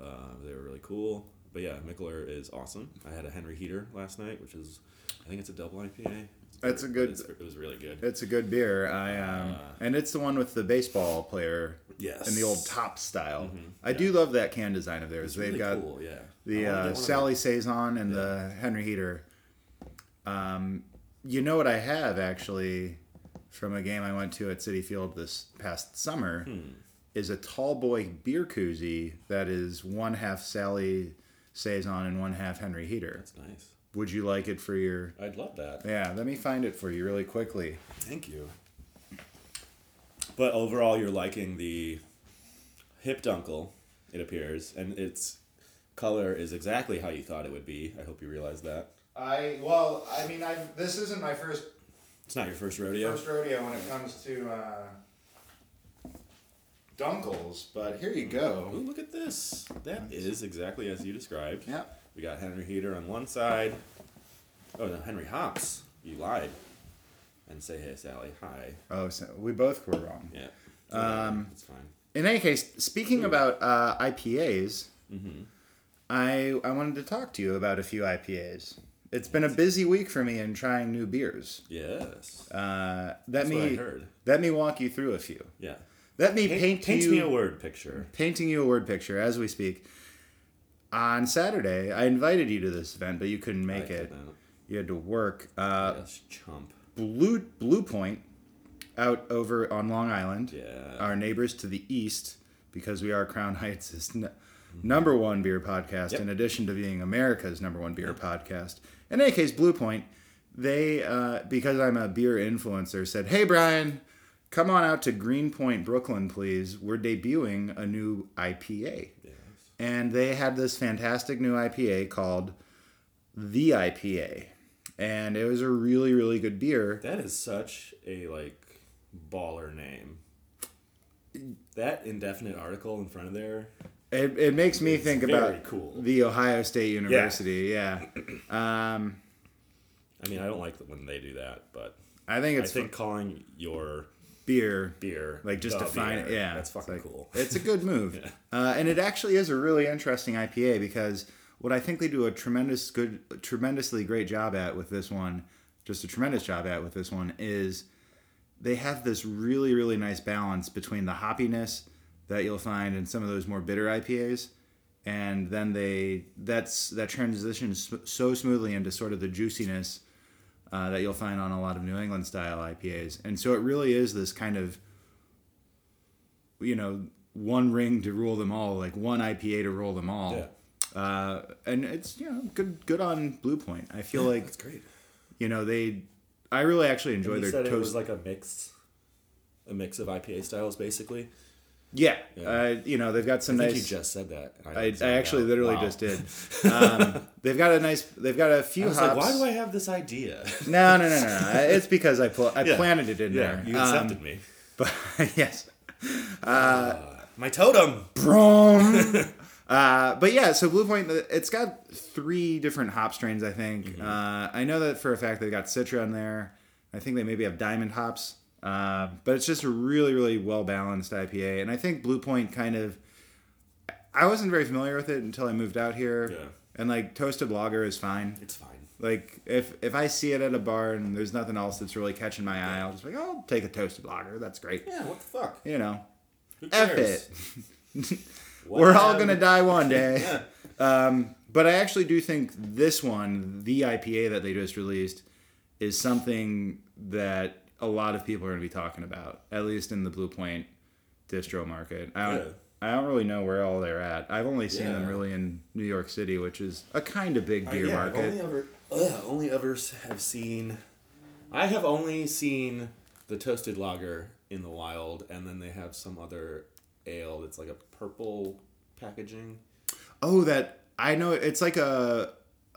[SPEAKER 1] Uh, they were really cool. But yeah, Mickler is awesome. I had a Henry Heater last night, which is, I think it's a double IPA.
[SPEAKER 2] That's a
[SPEAKER 1] But
[SPEAKER 2] good-
[SPEAKER 1] it's- It was really good.
[SPEAKER 2] it's a good beer. I um,
[SPEAKER 1] Uh,
[SPEAKER 2] and it's the one with the baseball player
[SPEAKER 1] Yes.
[SPEAKER 2] in the old top style. I do love that can design of theirs.
[SPEAKER 1] Mm-hmm. It's
[SPEAKER 2] They've
[SPEAKER 1] really
[SPEAKER 2] got
[SPEAKER 1] cool. Yeah.
[SPEAKER 2] the
[SPEAKER 1] I wanna get one
[SPEAKER 2] uh,
[SPEAKER 1] of
[SPEAKER 2] Sally Saison and the Henry Heater. Um, you know what I
[SPEAKER 1] Hmm.
[SPEAKER 2] have actually from a game I went to at City Field this past summer is a tall boy beer koozie that is one half Sally Saison and one half Henry Heater.
[SPEAKER 1] That's nice.
[SPEAKER 2] Would you like it for your?
[SPEAKER 1] I'd love that.
[SPEAKER 2] Yeah, let me find it for you really quickly.
[SPEAKER 1] Thank you. But overall, you're liking the hip dunkle, it appears, and its color is exactly how you thought it would be. I hope you realize that.
[SPEAKER 2] I well, I mean, I this isn't my first
[SPEAKER 1] It's not your first rodeo.
[SPEAKER 2] first rodeo when it comes to uh, dunkles, but here you
[SPEAKER 1] Oh,
[SPEAKER 2] go.
[SPEAKER 1] look at this. That is exactly as you described.
[SPEAKER 2] Yep.
[SPEAKER 1] We got Henry Heater on one side. Oh, no, Henry Hops. You lied. And say, hey, Sally, hi.
[SPEAKER 2] Oh, so we both were wrong.
[SPEAKER 1] Yeah. Um, it's fine.
[SPEAKER 2] In any case, speaking about uh, IPAs,
[SPEAKER 1] Mm-hmm.
[SPEAKER 2] I I wanted to talk to you about a few IPAs. It's been a busy week for me in trying new beers.
[SPEAKER 1] Yes.
[SPEAKER 2] Uh, let
[SPEAKER 1] what I
[SPEAKER 2] me
[SPEAKER 1] heard.
[SPEAKER 2] let me walk you through a few.
[SPEAKER 1] yeah.
[SPEAKER 2] Let me
[SPEAKER 1] Paint,
[SPEAKER 2] paint,
[SPEAKER 1] paint
[SPEAKER 2] you
[SPEAKER 1] me a word picture.
[SPEAKER 2] painting you a word picture as we speak. On Saturday, I invited you to this event, but you couldn't
[SPEAKER 1] I
[SPEAKER 2] make it.
[SPEAKER 1] didn't.
[SPEAKER 2] You had to work. Uh,
[SPEAKER 1] Yes, chump.
[SPEAKER 2] Blue Blue Point, out over on Long Island.
[SPEAKER 1] Yeah.
[SPEAKER 2] uh, Our neighbors to the east, because we are Crown [LAUGHS] Heights' is n- number one beer podcast.
[SPEAKER 1] Yep.
[SPEAKER 2] In addition to being America's number one beer podcast. In any case, Blue Point, they uh, because I'm a beer influencer, said, "Hey Brian, come on out to Greenpoint, Brooklyn, please. We're debuting a new IPA."
[SPEAKER 1] Yes.
[SPEAKER 2] and they had this fantastic new IPA called the IPA, and it was a really really good beer.
[SPEAKER 1] That is such a like baller name. That indefinite article in front of there.
[SPEAKER 2] It, it makes me think
[SPEAKER 1] very
[SPEAKER 2] about
[SPEAKER 1] cool.
[SPEAKER 2] the Ohio State University. Yeah, Um,
[SPEAKER 1] I mean, I don't like when they do that, but
[SPEAKER 2] I think
[SPEAKER 1] I
[SPEAKER 2] it's
[SPEAKER 1] think calling your
[SPEAKER 2] beer.
[SPEAKER 1] beer
[SPEAKER 2] Like just
[SPEAKER 1] the
[SPEAKER 2] define it,
[SPEAKER 1] beer,
[SPEAKER 2] yeah.
[SPEAKER 1] that's
[SPEAKER 2] it's
[SPEAKER 1] fucking
[SPEAKER 2] like-
[SPEAKER 1] cool.
[SPEAKER 2] [LAUGHS] It's a good move, uh, and it actually is a really interesting IPA because what I think they do a tremendous good, tremendously great job at with this one, just a tremendous job at with this one is they have this really really nice balance between the hoppiness that you'll find in some of those more bitter IPAs and then they that's that transitions sm- so smoothly into sort of the juiciness uh, that you'll find on a lot of New England style IPAs and so it really is this kind of you know one ring to rule them all like one IPA to rule them all uh, and it's you know good good on Blue Point I feel like
[SPEAKER 1] That's great.
[SPEAKER 2] you know they I really actually enjoy
[SPEAKER 1] You
[SPEAKER 2] their
[SPEAKER 1] said
[SPEAKER 2] toast
[SPEAKER 1] it was like a mix, a mix of IPA styles, basically.
[SPEAKER 2] Yeah,
[SPEAKER 1] Yeah.
[SPEAKER 2] Uh, you know they've got some
[SPEAKER 1] I think
[SPEAKER 2] nice.
[SPEAKER 1] you just said that. and
[SPEAKER 2] I,
[SPEAKER 1] didn't say
[SPEAKER 2] I
[SPEAKER 1] it
[SPEAKER 2] actually
[SPEAKER 1] out
[SPEAKER 2] literally
[SPEAKER 1] loud.
[SPEAKER 2] just
[SPEAKER 1] [LAUGHS]
[SPEAKER 2] did. Um, they've got a nice. They've got a few
[SPEAKER 1] I was like,
[SPEAKER 2] hops.
[SPEAKER 1] why do I have this idea? [LAUGHS]
[SPEAKER 2] No, no, no, no, no. It's because I pl- I
[SPEAKER 1] Yeah.
[SPEAKER 2] planted it in there.
[SPEAKER 1] you
[SPEAKER 2] Um,
[SPEAKER 1] accepted me. Uh,
[SPEAKER 2] but [LAUGHS] yes,
[SPEAKER 1] My totem.
[SPEAKER 2] Brom. [LAUGHS] uh, but yeah, so Blue Point, it's got three different hop strains. I think. Uh, I know that for a fact. They've got Citra in there. I think they maybe have Diamond hops. Uh, but it's just a really, really well balanced IPA, and I think Blue Point kind of. I wasn't very familiar with it until I moved out here.
[SPEAKER 1] Yeah.
[SPEAKER 2] And like toasted lager is fine.
[SPEAKER 1] It's fine.
[SPEAKER 2] Like if if I see it at a bar and there's nothing else that's really catching my eye, I'll just be like, oh, I'll take a toasted lager. That's great.
[SPEAKER 1] Yeah. What the fuck?
[SPEAKER 2] You know,
[SPEAKER 1] Who
[SPEAKER 2] F
[SPEAKER 1] cares?
[SPEAKER 2] it.
[SPEAKER 1] What
[SPEAKER 2] [LAUGHS] We're all
[SPEAKER 1] am-
[SPEAKER 2] gonna die one day.
[SPEAKER 1] [LAUGHS] Yeah.
[SPEAKER 2] Um, but I actually do think this one, the IPA that they just released, is something that a lot of people are gonna be talking about, at least in the Blue Point distro market. I don't,
[SPEAKER 1] Yeah.
[SPEAKER 2] I don't really know where all they're at. I've only seen them
[SPEAKER 1] Yeah.
[SPEAKER 2] really in New York City, which is a kind of big
[SPEAKER 1] I-
[SPEAKER 2] beer
[SPEAKER 1] yeah, I've
[SPEAKER 2] market.
[SPEAKER 1] Only ever, ugh, only ever s- have seen. I have only seen the toasted lager in the wild, and then they have some other ale that's like a purple packaging.
[SPEAKER 2] Oh, that I know. It's like a.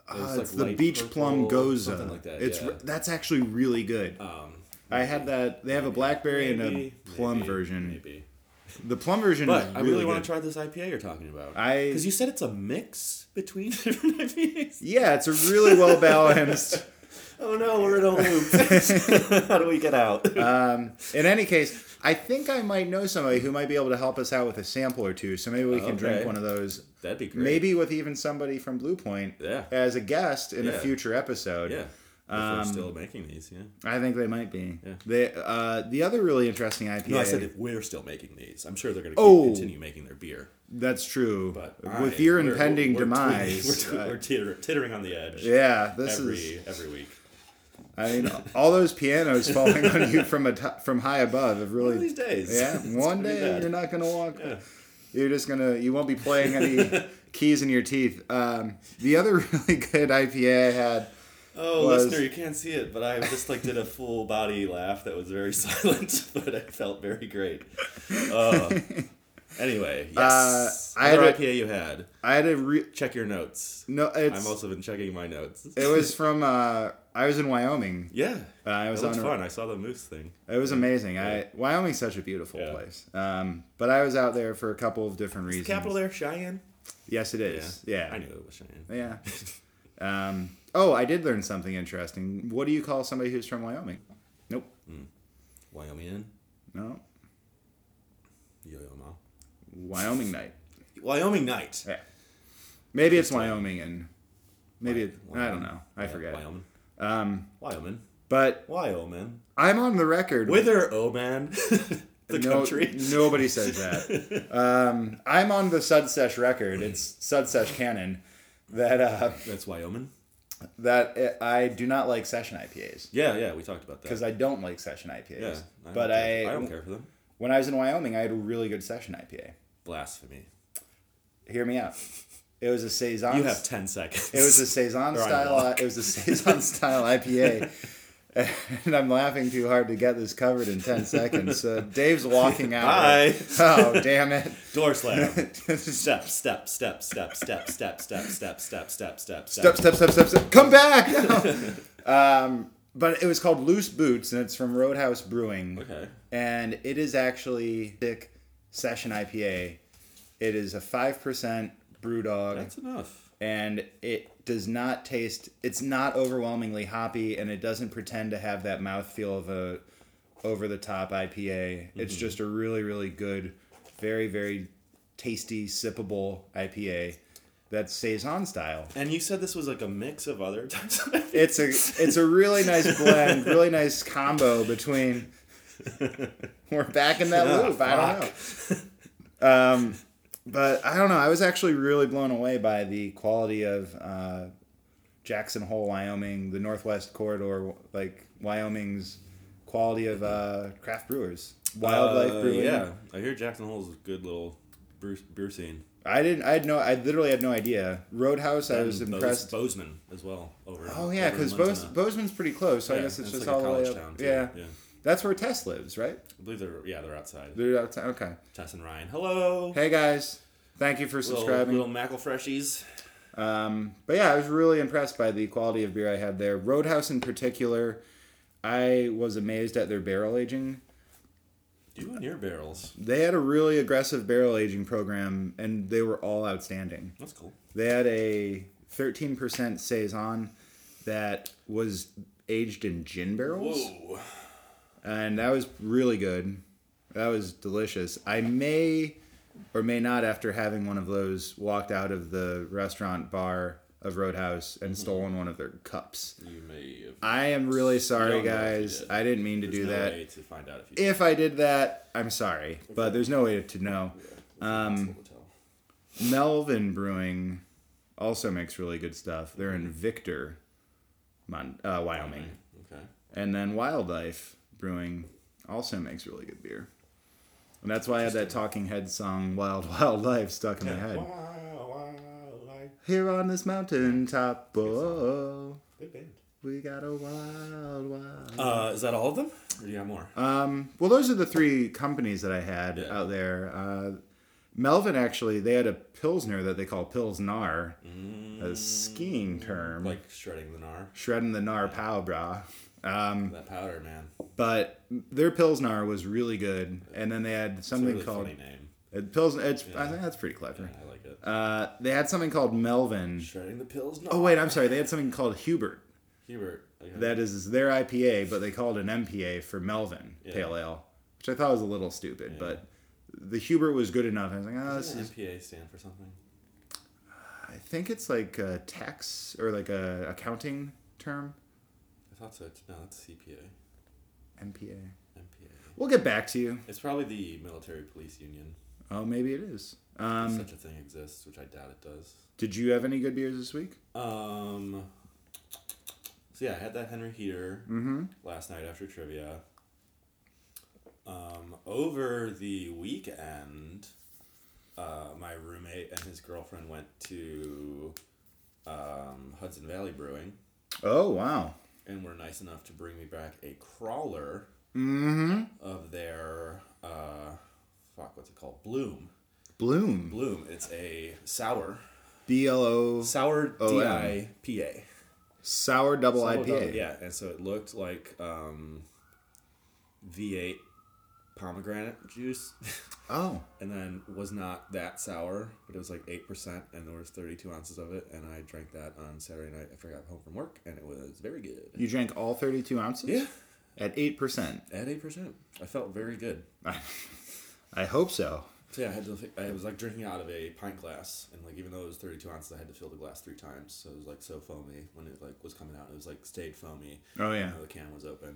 [SPEAKER 2] Uh,
[SPEAKER 1] like
[SPEAKER 2] it's the
[SPEAKER 1] light
[SPEAKER 2] beach
[SPEAKER 1] purple,
[SPEAKER 2] plum goza.
[SPEAKER 1] something like that,
[SPEAKER 2] it's
[SPEAKER 1] yeah.
[SPEAKER 2] re- that's actually really good.
[SPEAKER 1] Um,
[SPEAKER 2] I had that. They have a blackberry
[SPEAKER 1] maybe-
[SPEAKER 2] and a plum
[SPEAKER 1] maybe-
[SPEAKER 2] version.
[SPEAKER 1] maybe.
[SPEAKER 2] The plum version.
[SPEAKER 1] But
[SPEAKER 2] is
[SPEAKER 1] I really
[SPEAKER 2] good.
[SPEAKER 1] want to try this IPA you're talking about.
[SPEAKER 2] I-
[SPEAKER 1] because you said it's a mix between [LAUGHS] different IPAs.
[SPEAKER 2] Yeah, it's a really well balanced.
[SPEAKER 1] Oh no, we're in a loop. [LAUGHS] How do we get out?
[SPEAKER 2] um, in any case, I think I might know somebody who might be able to help us out with a sample or two. So maybe we can drink
[SPEAKER 1] Okay.
[SPEAKER 2] one of those.
[SPEAKER 1] That'd be great.
[SPEAKER 2] Maybe with even somebody from Blue Point
[SPEAKER 1] Yeah.
[SPEAKER 2] as a guest in a
[SPEAKER 1] Yeah.
[SPEAKER 2] future episode.
[SPEAKER 1] Yeah. If
[SPEAKER 2] Um,
[SPEAKER 1] they're still making these, yeah.
[SPEAKER 2] I think they might be.
[SPEAKER 1] Yeah.
[SPEAKER 2] They, uh, the other really interesting IPA.
[SPEAKER 1] No, I said if we're still making these. I'm sure they're going to
[SPEAKER 2] Oh.
[SPEAKER 1] continue making their beer.
[SPEAKER 2] That's true.
[SPEAKER 1] But
[SPEAKER 2] with
[SPEAKER 1] I-
[SPEAKER 2] your
[SPEAKER 1] we're-
[SPEAKER 2] impending
[SPEAKER 1] we're- we're
[SPEAKER 2] demise,
[SPEAKER 1] tweeting- we're, tw-
[SPEAKER 2] uh,
[SPEAKER 1] we're titter- tittering on the edge.
[SPEAKER 2] yeah, this
[SPEAKER 1] every
[SPEAKER 2] is
[SPEAKER 1] every week.
[SPEAKER 2] I mean, all those pianos falling on you from a t- from high above have
[SPEAKER 1] One
[SPEAKER 2] really.
[SPEAKER 1] of these days.
[SPEAKER 2] Yeah,
[SPEAKER 1] [LAUGHS] It's
[SPEAKER 2] one
[SPEAKER 1] pretty
[SPEAKER 2] day
[SPEAKER 1] bad.
[SPEAKER 2] you're not gonna walk.
[SPEAKER 1] Yeah.
[SPEAKER 2] You're just gonna.
[SPEAKER 1] [LAUGHS]
[SPEAKER 2] You won't be playing any keys in your teeth. Um, the other [LAUGHS] really good IPA I had.
[SPEAKER 1] Oh,
[SPEAKER 2] was-
[SPEAKER 1] listener, you can't see it, but I just like did a full body laugh that was very [LAUGHS] silent, but it felt very great.
[SPEAKER 2] [LAUGHS]
[SPEAKER 1] Uh, anyway, yes.
[SPEAKER 2] Uh, I
[SPEAKER 1] Other
[SPEAKER 2] had a-
[SPEAKER 1] IPA you had.
[SPEAKER 2] I had a re-
[SPEAKER 1] Check your notes.
[SPEAKER 2] no. It's
[SPEAKER 1] I'm also been checking my notes.
[SPEAKER 2] it was from. Uh, I was in Wyoming.
[SPEAKER 1] yeah.
[SPEAKER 2] Uh, I
[SPEAKER 1] It
[SPEAKER 2] was
[SPEAKER 1] was
[SPEAKER 2] on. A,
[SPEAKER 1] fun. I saw the moose thing.
[SPEAKER 2] it was amazing. I Wyoming's such a beautiful
[SPEAKER 1] Yeah.
[SPEAKER 2] place. Um, but I was out there for a couple of different reasons.
[SPEAKER 1] Capital there, Cheyenne.
[SPEAKER 2] Yes, it is. Yeah.
[SPEAKER 1] I knew it was Cheyenne. [LAUGHS]
[SPEAKER 2] Yeah. um, oh, I did learn something interesting. What do you call somebody who's from Wyoming? Nope.
[SPEAKER 1] Wyoming.
[SPEAKER 2] No.
[SPEAKER 1] Yo-yo-ma.
[SPEAKER 2] Wyoming night.
[SPEAKER 1] Wyoming night.
[SPEAKER 2] Yeah. Maybe it's Wyoming and maybe it,
[SPEAKER 1] Wy-
[SPEAKER 2] I don't know. I
[SPEAKER 1] Yeah,
[SPEAKER 2] forget.
[SPEAKER 1] Wyoming.
[SPEAKER 2] Um,
[SPEAKER 1] Wyoming.
[SPEAKER 2] but
[SPEAKER 1] Wyoming.
[SPEAKER 2] I'm on the record.
[SPEAKER 1] Whither, oh man? [LAUGHS] the
[SPEAKER 2] no-
[SPEAKER 1] country.
[SPEAKER 2] [LAUGHS] Nobody says that.
[SPEAKER 1] [LAUGHS]
[SPEAKER 2] um, I'm on the Sudsesh record. It's Sudsesh canon that uh,
[SPEAKER 1] That's Wyoming.
[SPEAKER 2] that I do not like session IPAs
[SPEAKER 1] Yeah, yeah, we talked about that.
[SPEAKER 2] because I don't like session IPAs.
[SPEAKER 1] yeah, don't
[SPEAKER 2] but
[SPEAKER 1] care-
[SPEAKER 2] I,
[SPEAKER 1] I don't care for them.
[SPEAKER 2] when I was in Wyoming, I had a really good session IPA.
[SPEAKER 1] Blasphemy.
[SPEAKER 2] Hear me out. It was a saison.
[SPEAKER 1] You have ten seconds.
[SPEAKER 2] It was a saison
[SPEAKER 1] Or I'm
[SPEAKER 2] style.
[SPEAKER 1] wrong.
[SPEAKER 2] It was a [LAUGHS] saison style IPA. And I'm laughing too hard to get this covered in ten seconds. So Dave's walking out.
[SPEAKER 1] Bye.
[SPEAKER 2] Oh damn it!
[SPEAKER 1] [LAUGHS] door slam. [LAUGHS] step, step, step, step, step, step, step, step, step, step, step,
[SPEAKER 2] Step, step, step, step, step. Come back. No. um, but it was called Loose Boots, and it's from Roadhouse Brewing.
[SPEAKER 1] Okay.
[SPEAKER 2] and it is actually thick session IPA. It is a five percent brew dog,
[SPEAKER 1] That's enough.
[SPEAKER 2] and it does not taste. It's not overwhelmingly hoppy, and it doesn't pretend to have that mouthfeel of a over the top IPA. It's just a really, really good, very, very tasty, sippable IPA that's saison style.
[SPEAKER 1] And you said this was like a mix of other types of
[SPEAKER 2] It's a it's a really nice blend, really nice
[SPEAKER 1] [LAUGHS]
[SPEAKER 2] combo between. We're back in that
[SPEAKER 1] Ah,
[SPEAKER 2] loop. I don't know.
[SPEAKER 1] fuck.
[SPEAKER 2] Um, but I don't know. I was actually really blown away by the quality of uh, Jackson Hole, Wyoming, the Northwest Corridor, like Wyoming's quality of uh, craft brewers, wildlife
[SPEAKER 1] Uh,
[SPEAKER 2] brewing.
[SPEAKER 1] Yeah, I hear Jackson Hole's a good little brew, beer scene.
[SPEAKER 2] I didn't. I had no. I literally had no idea. Roadhouse. I was
[SPEAKER 1] And Bose-
[SPEAKER 2] impressed.
[SPEAKER 1] Bozeman as well. Over.
[SPEAKER 2] oh
[SPEAKER 1] over
[SPEAKER 2] yeah,
[SPEAKER 1] in
[SPEAKER 2] because Bose,
[SPEAKER 1] Montana.
[SPEAKER 2] Bozeman's pretty close. So I
[SPEAKER 1] Yeah,
[SPEAKER 2] guess it's just
[SPEAKER 1] like a
[SPEAKER 2] all the way
[SPEAKER 1] college
[SPEAKER 2] up.
[SPEAKER 1] town, too.
[SPEAKER 2] yeah.
[SPEAKER 1] yeah.
[SPEAKER 2] that's where Tess lives, right?
[SPEAKER 1] I believe they're yeah they're outside.
[SPEAKER 2] They're outside- Okay.
[SPEAKER 1] Tess and Ryan. Hello.
[SPEAKER 2] Hey guys, thank you for subscribing.
[SPEAKER 1] Little, little Mackle Freshies.
[SPEAKER 2] Um, but yeah, I was really impressed by the quality of beer I had there. Roadhouse in particular, I was amazed at their barrel aging.
[SPEAKER 1] You and your barrels.
[SPEAKER 2] They had a really aggressive barrel aging program, and they were all outstanding.
[SPEAKER 1] That's cool.
[SPEAKER 2] They had a 13% saison that was aged in gin barrels,
[SPEAKER 1] Whoa.
[SPEAKER 2] and that was really good. That was delicious. I may or may not, after having one of those, walked out of the restaurant bar of Roadhouse
[SPEAKER 1] Mm-hmm.
[SPEAKER 2] and stolen one of their cups.
[SPEAKER 1] You may have.
[SPEAKER 2] I am really sorry,
[SPEAKER 1] Don't know if you
[SPEAKER 2] guys.
[SPEAKER 1] did.
[SPEAKER 2] I didn't mean to
[SPEAKER 1] There's
[SPEAKER 2] do
[SPEAKER 1] no
[SPEAKER 2] that.
[SPEAKER 1] way to find out if you.
[SPEAKER 2] If I did that, I'm sorry, but there's no way to know.
[SPEAKER 1] um.
[SPEAKER 2] Melvin Brewing also makes really good stuff. They're
[SPEAKER 1] Mm-hmm.
[SPEAKER 2] in Victor, Mon- uh, Wyoming,
[SPEAKER 1] Okay.
[SPEAKER 2] and then Wildlife Brewing also makes really good beer. And that's why I had that Talking Head song "Wild [LAUGHS] Wildlife" stuck in my head. Here on this mountain top, whoa, we got a wild, wild.
[SPEAKER 1] Uh, is that all of them? Or do you have more?
[SPEAKER 2] Um, well, those are the three companies that I had
[SPEAKER 1] Yeah.
[SPEAKER 2] out there. Uh, Melvin actually, they had a pilsner that they call pilsnar, a skiing term,
[SPEAKER 1] Mm. like shredding the gnar.
[SPEAKER 2] shredding the nar pow bra. Um,
[SPEAKER 1] That powder, man. It's
[SPEAKER 2] but their pilsnar was really good, and then they had
[SPEAKER 1] a
[SPEAKER 2] something
[SPEAKER 1] really
[SPEAKER 2] called
[SPEAKER 1] funny name.
[SPEAKER 2] uh, pilsner. It's, I think that's pretty clever.
[SPEAKER 1] I like it.
[SPEAKER 2] Uh, they had something called Melvin.
[SPEAKER 1] Shredding the pills. No.
[SPEAKER 2] Oh wait, I'm sorry. They had something called Hubert.
[SPEAKER 1] Hubert. Okay.
[SPEAKER 2] That is their IPA, but they called it an MPA for Melvin
[SPEAKER 1] Yeah.
[SPEAKER 2] Pale Ale, which I thought was a little stupid. But the Hubert was good enough. I was like, oh, this
[SPEAKER 1] Doesn't
[SPEAKER 2] is.
[SPEAKER 1] MPA stand for something?
[SPEAKER 2] I think it's like a tax or like a accounting term.
[SPEAKER 1] I thought so. No, that's CPA.
[SPEAKER 2] MPA.
[SPEAKER 1] MPA.
[SPEAKER 2] We'll get back to you.
[SPEAKER 1] It's probably the military police union.
[SPEAKER 2] Oh, maybe it is.
[SPEAKER 1] If
[SPEAKER 2] Um,
[SPEAKER 1] Such a thing exists, which I doubt it does.
[SPEAKER 2] did you have any good beers this week?
[SPEAKER 1] Um, So yeah, I had that Henry Heater
[SPEAKER 2] Mm-hmm.
[SPEAKER 1] last night after trivia. Um, over the weekend, uh, my roommate and his girlfriend went to um, Hudson Valley Brewing
[SPEAKER 2] Oh wow.
[SPEAKER 1] and were nice enough to bring me back a crawler
[SPEAKER 2] Mm-hmm.
[SPEAKER 1] of their uh, fuck, what's it called? Bloom.
[SPEAKER 2] Bloom.
[SPEAKER 1] Bloom. It's a sour
[SPEAKER 2] B L O
[SPEAKER 1] sour
[SPEAKER 2] Oh, yeah.
[SPEAKER 1] DIPA.
[SPEAKER 2] sour double
[SPEAKER 1] Double
[SPEAKER 2] IPA.
[SPEAKER 1] Double, yeah, and so it looked like um, V8 pomegranate juice, [LAUGHS]
[SPEAKER 2] Oh.
[SPEAKER 1] and then was not that sour, but it was like eight percent, and there was thirty two ounces of it, and I drank that on Saturday night after I got home from work, and it was very good.
[SPEAKER 2] You drank all 32 ounces?
[SPEAKER 1] Yeah,
[SPEAKER 2] At 8%.
[SPEAKER 1] at eight percent, I felt very good.
[SPEAKER 2] [LAUGHS] I hope so.
[SPEAKER 1] So yeah, I had to. I was like drinking out of a pint glass, and like even though it was thirty two ounces, I had to fill the glass three times, so it was like so foamy when it like was coming out. It was like stayed foamy.
[SPEAKER 2] Oh, yeah.
[SPEAKER 1] even though the can was open.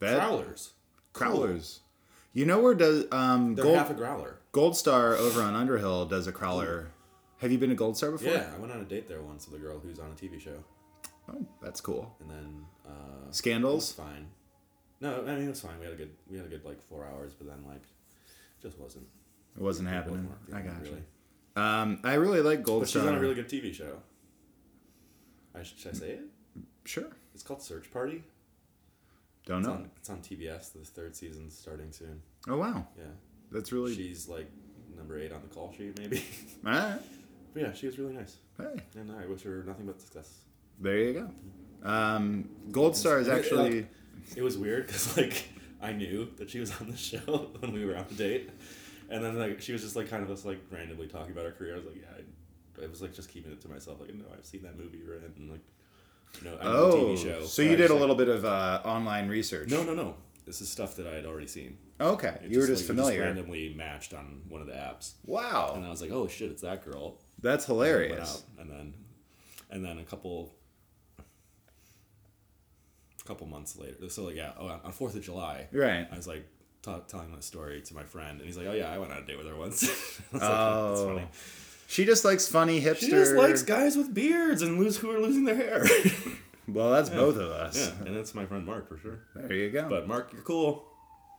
[SPEAKER 2] That-
[SPEAKER 1] Growlers.
[SPEAKER 2] Crowlers. You know where does um
[SPEAKER 1] They're
[SPEAKER 2] Gold
[SPEAKER 1] half a growler.
[SPEAKER 2] Gold Star over on Underhill does a crowler. Have you been to Gold Star before?
[SPEAKER 1] Yeah, I went on a date there once with a girl who's on a TV show,
[SPEAKER 2] Oh, that's cool.
[SPEAKER 1] and then uh, it was
[SPEAKER 2] Scandals.
[SPEAKER 1] fine. No, I mean it was fine. We had a good, we had a good like four hours, but then like, it just wasn't.
[SPEAKER 2] It
[SPEAKER 1] it wasn't
[SPEAKER 2] wasn't happening.
[SPEAKER 1] working,
[SPEAKER 2] I got
[SPEAKER 1] really.
[SPEAKER 2] you. Um, I really like Gold
[SPEAKER 1] But she's
[SPEAKER 2] Star.
[SPEAKER 1] on a really good TV show. I should, should I say it?
[SPEAKER 2] sure.
[SPEAKER 1] It's called Search Party.
[SPEAKER 2] Don't
[SPEAKER 1] It's
[SPEAKER 2] know.
[SPEAKER 1] on, it's on TBS. The third season's starting soon.
[SPEAKER 2] Oh wow,
[SPEAKER 1] Yeah,
[SPEAKER 2] that's really.
[SPEAKER 1] she's like number eight on the call sheet, maybe. [LAUGHS]
[SPEAKER 2] All right.
[SPEAKER 1] but yeah, she was really nice,
[SPEAKER 2] Hey,
[SPEAKER 1] and I wish her nothing but success.
[SPEAKER 2] there you go. Um, Gold Star is
[SPEAKER 1] Like-
[SPEAKER 2] actually
[SPEAKER 1] it was weird because like [LAUGHS] I knew that she was on the [LAUGHS] show when we were on the date, and then like she was just like kind of just like randomly talking about her career. I was like, yeah, I, I was like just keeping it to myself. Like, no, I've seen that movie you're in, and like, no, I know the
[SPEAKER 2] oh,
[SPEAKER 1] TV show.
[SPEAKER 2] so
[SPEAKER 1] but I
[SPEAKER 2] you did
[SPEAKER 1] just,
[SPEAKER 2] a
[SPEAKER 1] like-
[SPEAKER 2] little bit of uh, online research.
[SPEAKER 1] No, no, no. This is stuff that I had already seen.
[SPEAKER 2] Okay,
[SPEAKER 1] It
[SPEAKER 2] you were just
[SPEAKER 1] like, it
[SPEAKER 2] familiar.
[SPEAKER 1] randomly matched on one of the apps,
[SPEAKER 2] wow,
[SPEAKER 1] and I was like, oh shit, it's that girl.
[SPEAKER 2] that's
[SPEAKER 1] Went
[SPEAKER 2] hilarious.
[SPEAKER 1] out, and then, and then a couple. Couple months later, so like yeah, oh, on Fourth of July,
[SPEAKER 2] Right.
[SPEAKER 1] I was like ta telling my story to my friend, and he's like, "Oh yeah, I went on a date with her once." [LAUGHS] I was like, "That's
[SPEAKER 2] Oh.
[SPEAKER 1] funny."
[SPEAKER 2] She just likes funny hipster.
[SPEAKER 1] She just likes guys with beards and lose who are losing their
[SPEAKER 2] [LAUGHS]
[SPEAKER 1] hair. [LAUGHS]
[SPEAKER 2] Well, that's both of us.
[SPEAKER 1] yeah, and that's my friend Mark for sure.
[SPEAKER 2] There you go.
[SPEAKER 1] But Mark, you're cool.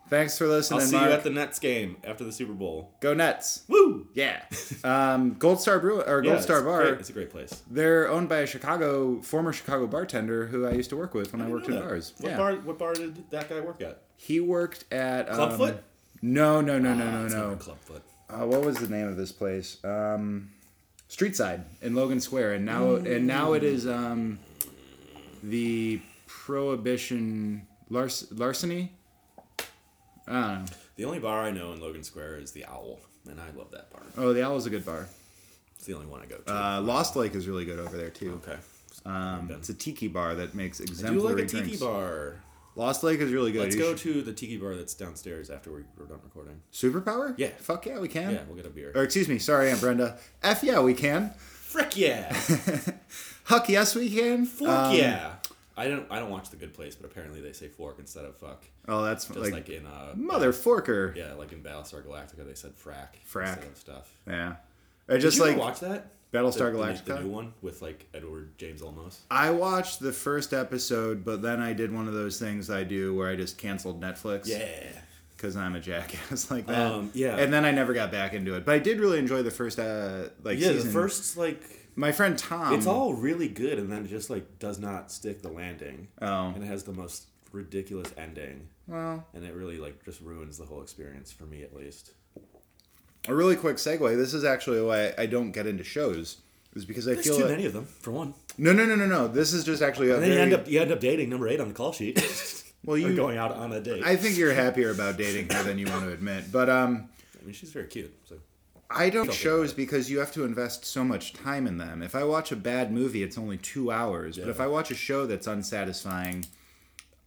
[SPEAKER 2] Thanks for
[SPEAKER 1] I'll
[SPEAKER 2] listening,
[SPEAKER 1] see
[SPEAKER 2] Mark.
[SPEAKER 1] you at the Nets game after the Super Bowl.
[SPEAKER 2] Go Nets.
[SPEAKER 1] Woo!
[SPEAKER 2] Yeah.
[SPEAKER 1] [LAUGHS]
[SPEAKER 2] um, Gold Star Brew or Gold
[SPEAKER 1] Yeah,
[SPEAKER 2] Star
[SPEAKER 1] it's
[SPEAKER 2] Bar.
[SPEAKER 1] great- It's a great place.
[SPEAKER 2] They're owned by a Chicago former Chicago bartender who I used to work with when I, worked in
[SPEAKER 1] Didn't know that.
[SPEAKER 2] bars.
[SPEAKER 1] What
[SPEAKER 2] yeah.
[SPEAKER 1] bar? What bar did that guy work at?
[SPEAKER 2] He worked at um,
[SPEAKER 1] Clubfoot?
[SPEAKER 2] No, no, no,
[SPEAKER 1] Ah,
[SPEAKER 2] no, no,
[SPEAKER 1] it's not
[SPEAKER 2] no.
[SPEAKER 1] Clubfoot.
[SPEAKER 2] Uh, what was the name of this place? Um, Streetside in Logan Square, and now and now it is um, the Prohibition lars- larceny. I don't know.
[SPEAKER 1] The only bar I know in Logan Square is the Owl, and I love that bar.
[SPEAKER 2] Oh, the Owl is a good bar.
[SPEAKER 1] It's the only one I go to.
[SPEAKER 2] Uh, Lost Lake is really good over there too.
[SPEAKER 1] okay.
[SPEAKER 2] Um,
[SPEAKER 1] Done.
[SPEAKER 2] it's a tiki bar that makes
[SPEAKER 1] Do you
[SPEAKER 2] exemplary
[SPEAKER 1] like a tiki
[SPEAKER 2] drinks.
[SPEAKER 1] bar?
[SPEAKER 2] Lost Lake is really good.
[SPEAKER 1] Let's
[SPEAKER 2] You
[SPEAKER 1] go
[SPEAKER 2] should-
[SPEAKER 1] to the tiki bar that's downstairs after we- we're done recording.
[SPEAKER 2] Superpower?
[SPEAKER 1] Yeah.
[SPEAKER 2] Fuck yeah, Er, we can.
[SPEAKER 1] Yeah, we'll get a beer.
[SPEAKER 2] Or excuse me, sorry, Aunt Brenda. F yeah, we can.
[SPEAKER 1] Frick
[SPEAKER 2] [LAUGHS]
[SPEAKER 1] yeah!
[SPEAKER 2] Huck yes, we can.
[SPEAKER 1] Fork
[SPEAKER 2] Um,
[SPEAKER 1] yeah! I don't I don't watch The Good Place, but apparently they say fork instead of fuck.
[SPEAKER 2] Oh, that's
[SPEAKER 1] Just
[SPEAKER 2] like,
[SPEAKER 1] like, in uh
[SPEAKER 2] mother forker. Yeah.
[SPEAKER 1] yeah, like in Battlestar Galactica, they said frack,
[SPEAKER 2] Frack.
[SPEAKER 1] instead of stuff.
[SPEAKER 2] Or
[SPEAKER 1] Did
[SPEAKER 2] just
[SPEAKER 1] you
[SPEAKER 2] like
[SPEAKER 1] ever watch that
[SPEAKER 2] Battlestar
[SPEAKER 1] The- the new- the,
[SPEAKER 2] Galactica?
[SPEAKER 1] new one with like Edward James Olmos.
[SPEAKER 2] I watched the first episode, but then I did one of those things I do where I just canceled Netflix.
[SPEAKER 1] Yeah,
[SPEAKER 2] because I'm a jackass [LAUGHS] like that.
[SPEAKER 1] Um, yeah.
[SPEAKER 2] And then I never got back into it, but I did really enjoy the first uh like
[SPEAKER 1] yeah.
[SPEAKER 2] season.
[SPEAKER 1] The first like
[SPEAKER 2] My friend Tom.
[SPEAKER 1] it's all really good, and then it just like does not stick the landing,
[SPEAKER 2] Oh.
[SPEAKER 1] and it has the most ridiculous ending,
[SPEAKER 2] well.
[SPEAKER 1] and it really like just ruins the whole experience for me at least.
[SPEAKER 2] A really quick segue. This is actually why I don't get into shows. Is because I
[SPEAKER 1] There's
[SPEAKER 2] feel
[SPEAKER 1] too
[SPEAKER 2] like,
[SPEAKER 1] many of them for one.
[SPEAKER 2] no no no no no. This is just actually a
[SPEAKER 1] And then you
[SPEAKER 2] very-
[SPEAKER 1] end up you end up dating number eight on the call
[SPEAKER 2] [LAUGHS]
[SPEAKER 1] sheet.
[SPEAKER 2] Well,
[SPEAKER 1] well,
[SPEAKER 2] you-
[SPEAKER 1] you going out on a date. I,
[SPEAKER 2] I think you're happier about dating her than you want to admit, but um.
[SPEAKER 1] mean, she's very cute. So [SIGHS]
[SPEAKER 2] I don't
[SPEAKER 1] Something
[SPEAKER 2] shows because you have to invest so much time in them. If I watch a bad movie, it's only two hours. But
[SPEAKER 1] Yeah.
[SPEAKER 2] if I watch a show that's unsatisfying,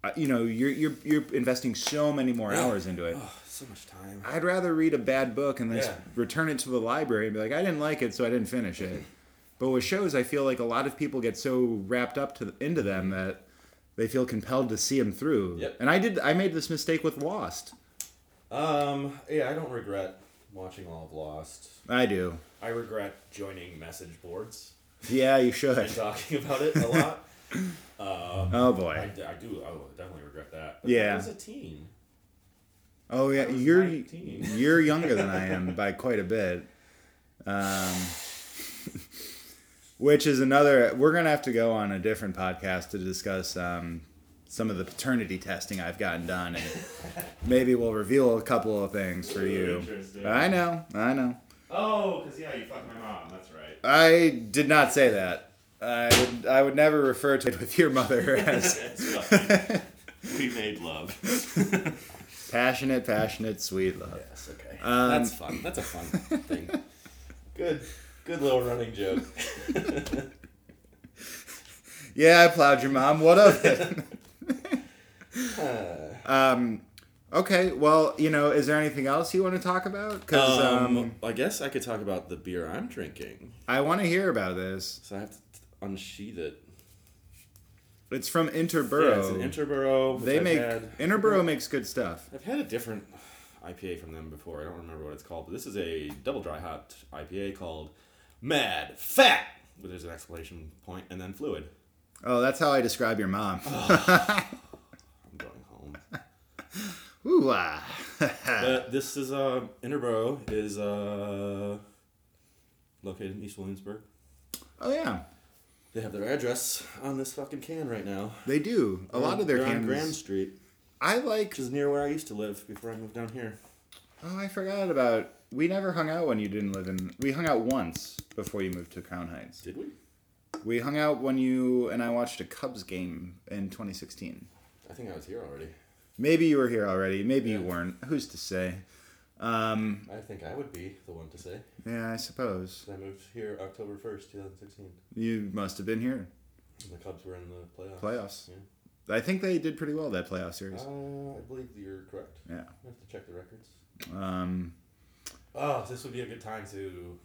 [SPEAKER 2] uh, you know, you're you're you're investing so many more
[SPEAKER 1] Yeah.
[SPEAKER 2] hours into it.
[SPEAKER 1] oh, so much time.
[SPEAKER 2] I'd rather read a bad book and then
[SPEAKER 1] Yeah.
[SPEAKER 2] return it to the library and be like, I didn't like it, so I didn't finish it. But with shows, I feel like a lot of people get so wrapped up to into them that they feel compelled to see them through.
[SPEAKER 1] Mm-hmm. Yep.
[SPEAKER 2] And I did. I made this mistake with Lost.
[SPEAKER 1] Um, yeah, I don't regret watching all of Lost.
[SPEAKER 2] I do.
[SPEAKER 1] I regret joining message boards
[SPEAKER 2] Yeah, you should. [LAUGHS]
[SPEAKER 1] and talking about it a lot. Um, I,
[SPEAKER 2] Oh boy.
[SPEAKER 1] d- I do. I would definitely regret that.
[SPEAKER 2] Yeah.
[SPEAKER 1] I was a teen.
[SPEAKER 2] Oh yeah,
[SPEAKER 1] I was
[SPEAKER 2] you're
[SPEAKER 1] 19.
[SPEAKER 2] you're younger than I am by quite a bit. Um, which is another. We're gonna have to go on a different podcast to discuss um, some of the paternity testing I've gotten done, and maybe we'll reveal a couple of things for you.
[SPEAKER 1] Interesting.
[SPEAKER 2] I know, I know.
[SPEAKER 1] Oh, because yeah, you fucked my mom. That's [LAUGHS] right.
[SPEAKER 2] I did not say that. I would, I would never refer to it with your mother as
[SPEAKER 1] [LAUGHS] That's right. we made love.
[SPEAKER 2] passionate, passionate, sweet love.
[SPEAKER 1] yes. Okay.
[SPEAKER 2] Um,
[SPEAKER 1] That's fun. That's a fun thing.
[SPEAKER 2] [LAUGHS]
[SPEAKER 1] Good. Good little running joke.
[SPEAKER 2] Yeah, I plowed your mom. What of it? um, okay, well, you know, is there anything else you want to talk about? Because um,
[SPEAKER 1] um, I guess I could talk about the beer I'm drinking.
[SPEAKER 2] I want to hear about this.
[SPEAKER 1] So I have to unsheath it.
[SPEAKER 2] It's from Interborough.
[SPEAKER 1] Yeah, it's an Interborough. which
[SPEAKER 2] they
[SPEAKER 1] I've
[SPEAKER 2] make
[SPEAKER 1] had.
[SPEAKER 2] Interborough makes good stuff.
[SPEAKER 1] I've had a different IPA from them before. I don't remember what it's called, but this is a double dry hopped IPA called Mad Fat. Where there's an exclamation point and then fluid.
[SPEAKER 2] Oh, that's how I describe your mom.
[SPEAKER 1] Oh. I'm going home.
[SPEAKER 2] [LAUGHS] Ooh, ah. [LAUGHS]
[SPEAKER 1] but this is [LAUGHS] uh, Interborough is uh, located in East Williamsburg.
[SPEAKER 2] oh yeah,
[SPEAKER 1] They have their address on this fucking can right now.
[SPEAKER 2] they do a lot of their
[SPEAKER 1] Oh, They're on
[SPEAKER 2] cans.
[SPEAKER 1] Grand Street,
[SPEAKER 2] I like.
[SPEAKER 1] which is near where I used to live before I moved down here.
[SPEAKER 2] Oh, I forgot about. We never hung out when you didn't live in. We hung out once before you moved to Crown Heights.
[SPEAKER 1] Did we?
[SPEAKER 2] We hung out when you and I watched a Cubs game in 2016.
[SPEAKER 1] I think I was here already.
[SPEAKER 2] Maybe you were here already. Maybe you
[SPEAKER 1] Yeah.
[SPEAKER 2] weren't. Who's to say? Um,
[SPEAKER 1] I think I would be the one to say.
[SPEAKER 2] yeah, I suppose
[SPEAKER 1] I moved here October 1st, 2016.
[SPEAKER 2] you must have been here.
[SPEAKER 1] And the Cubs were in the playoffs.
[SPEAKER 2] Playoffs.
[SPEAKER 1] Yeah.
[SPEAKER 2] I think they did pretty well that playoff series.
[SPEAKER 1] Uh, I believe that you're correct.
[SPEAKER 2] Yeah.
[SPEAKER 1] I have to check the records.
[SPEAKER 2] Um,
[SPEAKER 1] Oh, this would be a good time to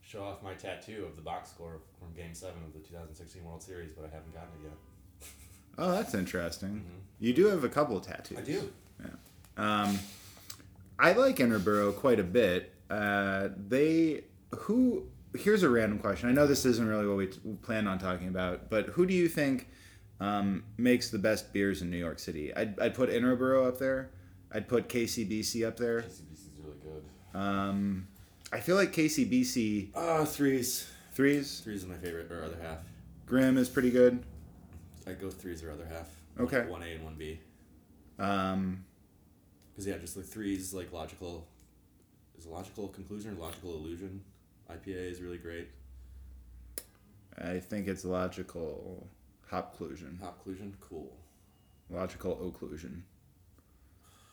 [SPEAKER 1] show off my tattoo of the box score from Game 7 of the 2016 World Series, but I haven't gotten it yet.
[SPEAKER 2] oh, that's interesting. You do have a couple of tattoos.
[SPEAKER 1] I do.
[SPEAKER 2] Um, I like Interborough quite a bit. Uh, they who here's a random question. I know this isn't really what we t- plan on talking about, but who do you think um, makes the best beers in New York City? I'd, I'd put Interborough up there. I'd put KCBC up there.
[SPEAKER 1] KCBC's really good.
[SPEAKER 2] Um, I feel like KCBC
[SPEAKER 1] Ah, threes.
[SPEAKER 2] threes.
[SPEAKER 1] Threes is my favorite, or other half.
[SPEAKER 2] Grim is pretty good.
[SPEAKER 1] I go threes or other half.
[SPEAKER 2] Okay.
[SPEAKER 1] 1A and 1B.
[SPEAKER 2] Um,
[SPEAKER 1] Because, yeah, just like threes, like logical. Is a logical conclusion or logical illusion? IPA is really great.
[SPEAKER 2] I think it's logical hopclusion,
[SPEAKER 1] Hopclusion, cool.
[SPEAKER 2] logical occlusion.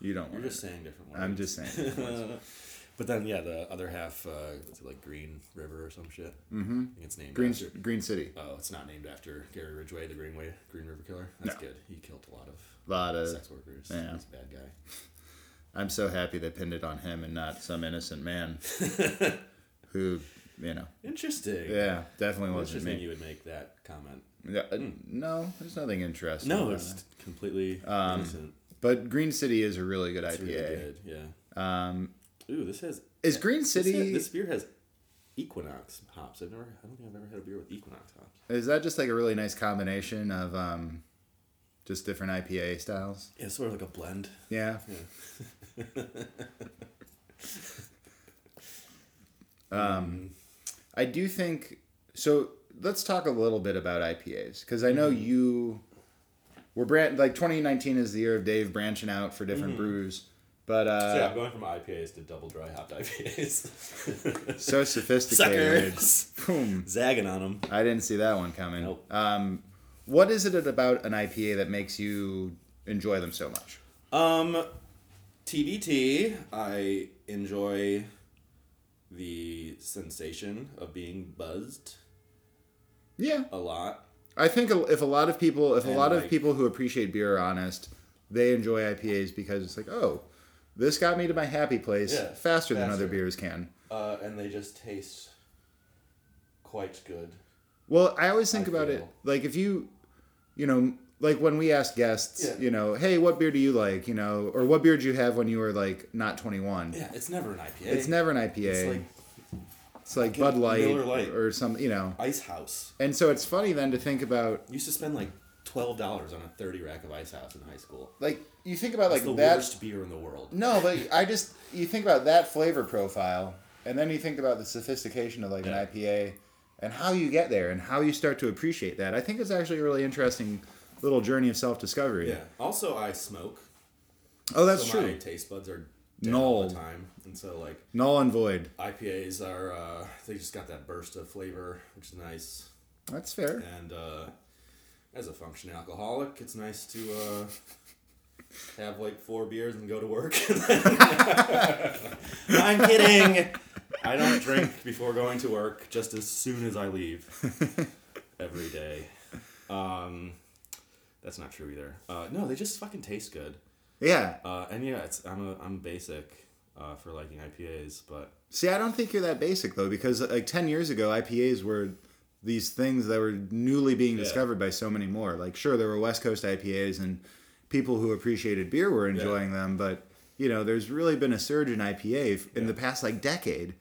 [SPEAKER 2] You don't
[SPEAKER 1] You're
[SPEAKER 2] want
[SPEAKER 1] just saying different words.
[SPEAKER 2] I'm just saying different
[SPEAKER 1] [LAUGHS] but then, yeah, the other half, uh, is it like Green River or some shit?
[SPEAKER 2] Mm-hmm.
[SPEAKER 1] I think it's named
[SPEAKER 2] Green
[SPEAKER 1] after.
[SPEAKER 2] Green City.
[SPEAKER 1] Oh, it's not named after Gary Ridgway, the Greenway Green River Killer. That's good. He killed a lot of
[SPEAKER 2] Lot of.
[SPEAKER 1] sex workers.
[SPEAKER 2] Uh, yeah.
[SPEAKER 1] He's a bad guy.
[SPEAKER 2] I'm so happy they pinned it on him and not some
[SPEAKER 1] [LAUGHS]
[SPEAKER 2] innocent man, who you know.
[SPEAKER 1] Interesting.
[SPEAKER 2] Yeah, definitely wasn't
[SPEAKER 1] Interesting
[SPEAKER 2] me.
[SPEAKER 1] you would make that comment.
[SPEAKER 2] Yeah, uh, No, there's nothing interesting.
[SPEAKER 1] Hmm. No,
[SPEAKER 2] about
[SPEAKER 1] it's
[SPEAKER 2] it.
[SPEAKER 1] completely innocent.
[SPEAKER 2] But Green City is Um, a really good
[SPEAKER 1] It's
[SPEAKER 2] IPA.
[SPEAKER 1] really good. Yeah.
[SPEAKER 2] Um,
[SPEAKER 1] Ooh, this has
[SPEAKER 2] is Green
[SPEAKER 1] this,
[SPEAKER 2] City?
[SPEAKER 1] ha- this beer has Equinox hops. I've never. I don't think I've ever had a beer with Equinox hops.
[SPEAKER 2] Is that just like a really nice combination of um, just different IPA styles?
[SPEAKER 1] Yeah, it's sort of like a blend.
[SPEAKER 2] Yeah. [LAUGHS] um, I do think so. Let's talk a little bit about IPAs because I know you were brand like 2019 is the year of Dave branching out for different brews, but
[SPEAKER 1] So yeah, I'm
[SPEAKER 2] uh,
[SPEAKER 1] going from IPAs to double dry hopped
[SPEAKER 2] [LAUGHS]
[SPEAKER 1] IPAs.
[SPEAKER 2] so sophisticated.
[SPEAKER 1] Suckers.
[SPEAKER 2] Boom!
[SPEAKER 1] Zagging on them.
[SPEAKER 2] I didn't see that one coming.
[SPEAKER 1] Nope.
[SPEAKER 2] Um, what is it about an IPA that makes you enjoy them so much?
[SPEAKER 1] Um, TBT. I enjoy the sensation of being buzzed
[SPEAKER 2] Yeah,
[SPEAKER 1] a lot.
[SPEAKER 2] I think a- if a lot of people, if a
[SPEAKER 1] And,
[SPEAKER 2] lot of
[SPEAKER 1] like-
[SPEAKER 2] people who appreciate beer are honest, they enjoy IPAs because it's like, oh, this got me to my happy place
[SPEAKER 1] Yeah,
[SPEAKER 2] faster, than other
[SPEAKER 1] faster.
[SPEAKER 2] beers can.
[SPEAKER 1] Uh, and they just taste quite good.
[SPEAKER 2] Well, I always think
[SPEAKER 1] I
[SPEAKER 2] about it
[SPEAKER 1] feel-
[SPEAKER 2] like if you, you know, like when we ask guests,
[SPEAKER 1] Yeah.
[SPEAKER 2] you know, hey, what beer do you like, you know, or what beer did you have when you were like not 21?
[SPEAKER 1] Yeah, it's never an IPA.
[SPEAKER 2] It's never an IPA.
[SPEAKER 1] It's like
[SPEAKER 2] It's like Bud Light,
[SPEAKER 1] Miller Lite.
[SPEAKER 2] or some, you know.
[SPEAKER 1] Ice House.
[SPEAKER 2] And so it's funny then to think about
[SPEAKER 1] You used to spend like twelve dollars on a thirty rack of Ice House in high school.
[SPEAKER 2] like you think about like
[SPEAKER 1] It's the
[SPEAKER 2] that.
[SPEAKER 1] worst beer in the world.
[SPEAKER 2] No, but I just you think about that flavor profile, and then you think about the sophistication of like
[SPEAKER 1] Yeah.
[SPEAKER 2] an IPA, and how you get there, and how you start to appreciate that. I think it's actually a really interesting little journey of self discovery.
[SPEAKER 1] Yeah. Also, I smoke.
[SPEAKER 2] Oh, that's
[SPEAKER 1] so
[SPEAKER 2] true.
[SPEAKER 1] My taste buds are down
[SPEAKER 2] No.
[SPEAKER 1] all the time, and so like
[SPEAKER 2] Null and void.
[SPEAKER 1] IPAs are uh, they just got that burst of flavor, which is nice.
[SPEAKER 2] That's fair.
[SPEAKER 1] And uh, as a functioning alcoholic, it's nice to uh, have like four beers and go to work. [LAUGHS] No, I'm kidding. I don't drink before going to work. Just as soon as I leave, every day. Um, that's not true either. Uh, no, they just fucking taste good.
[SPEAKER 2] Yeah.
[SPEAKER 1] Uh, and yeah, it's I'm a, I'm basic uh, for liking IPAs, but
[SPEAKER 2] See, I don't think you're that basic though, because like ten years ago, IPAs were these things that were newly being
[SPEAKER 1] Yeah.
[SPEAKER 2] discovered by so many more. Like, sure, there were West Coast IPAs, and people who appreciated beer were enjoying them, but you know, there's really been a surge in IPA f- in the past like decade.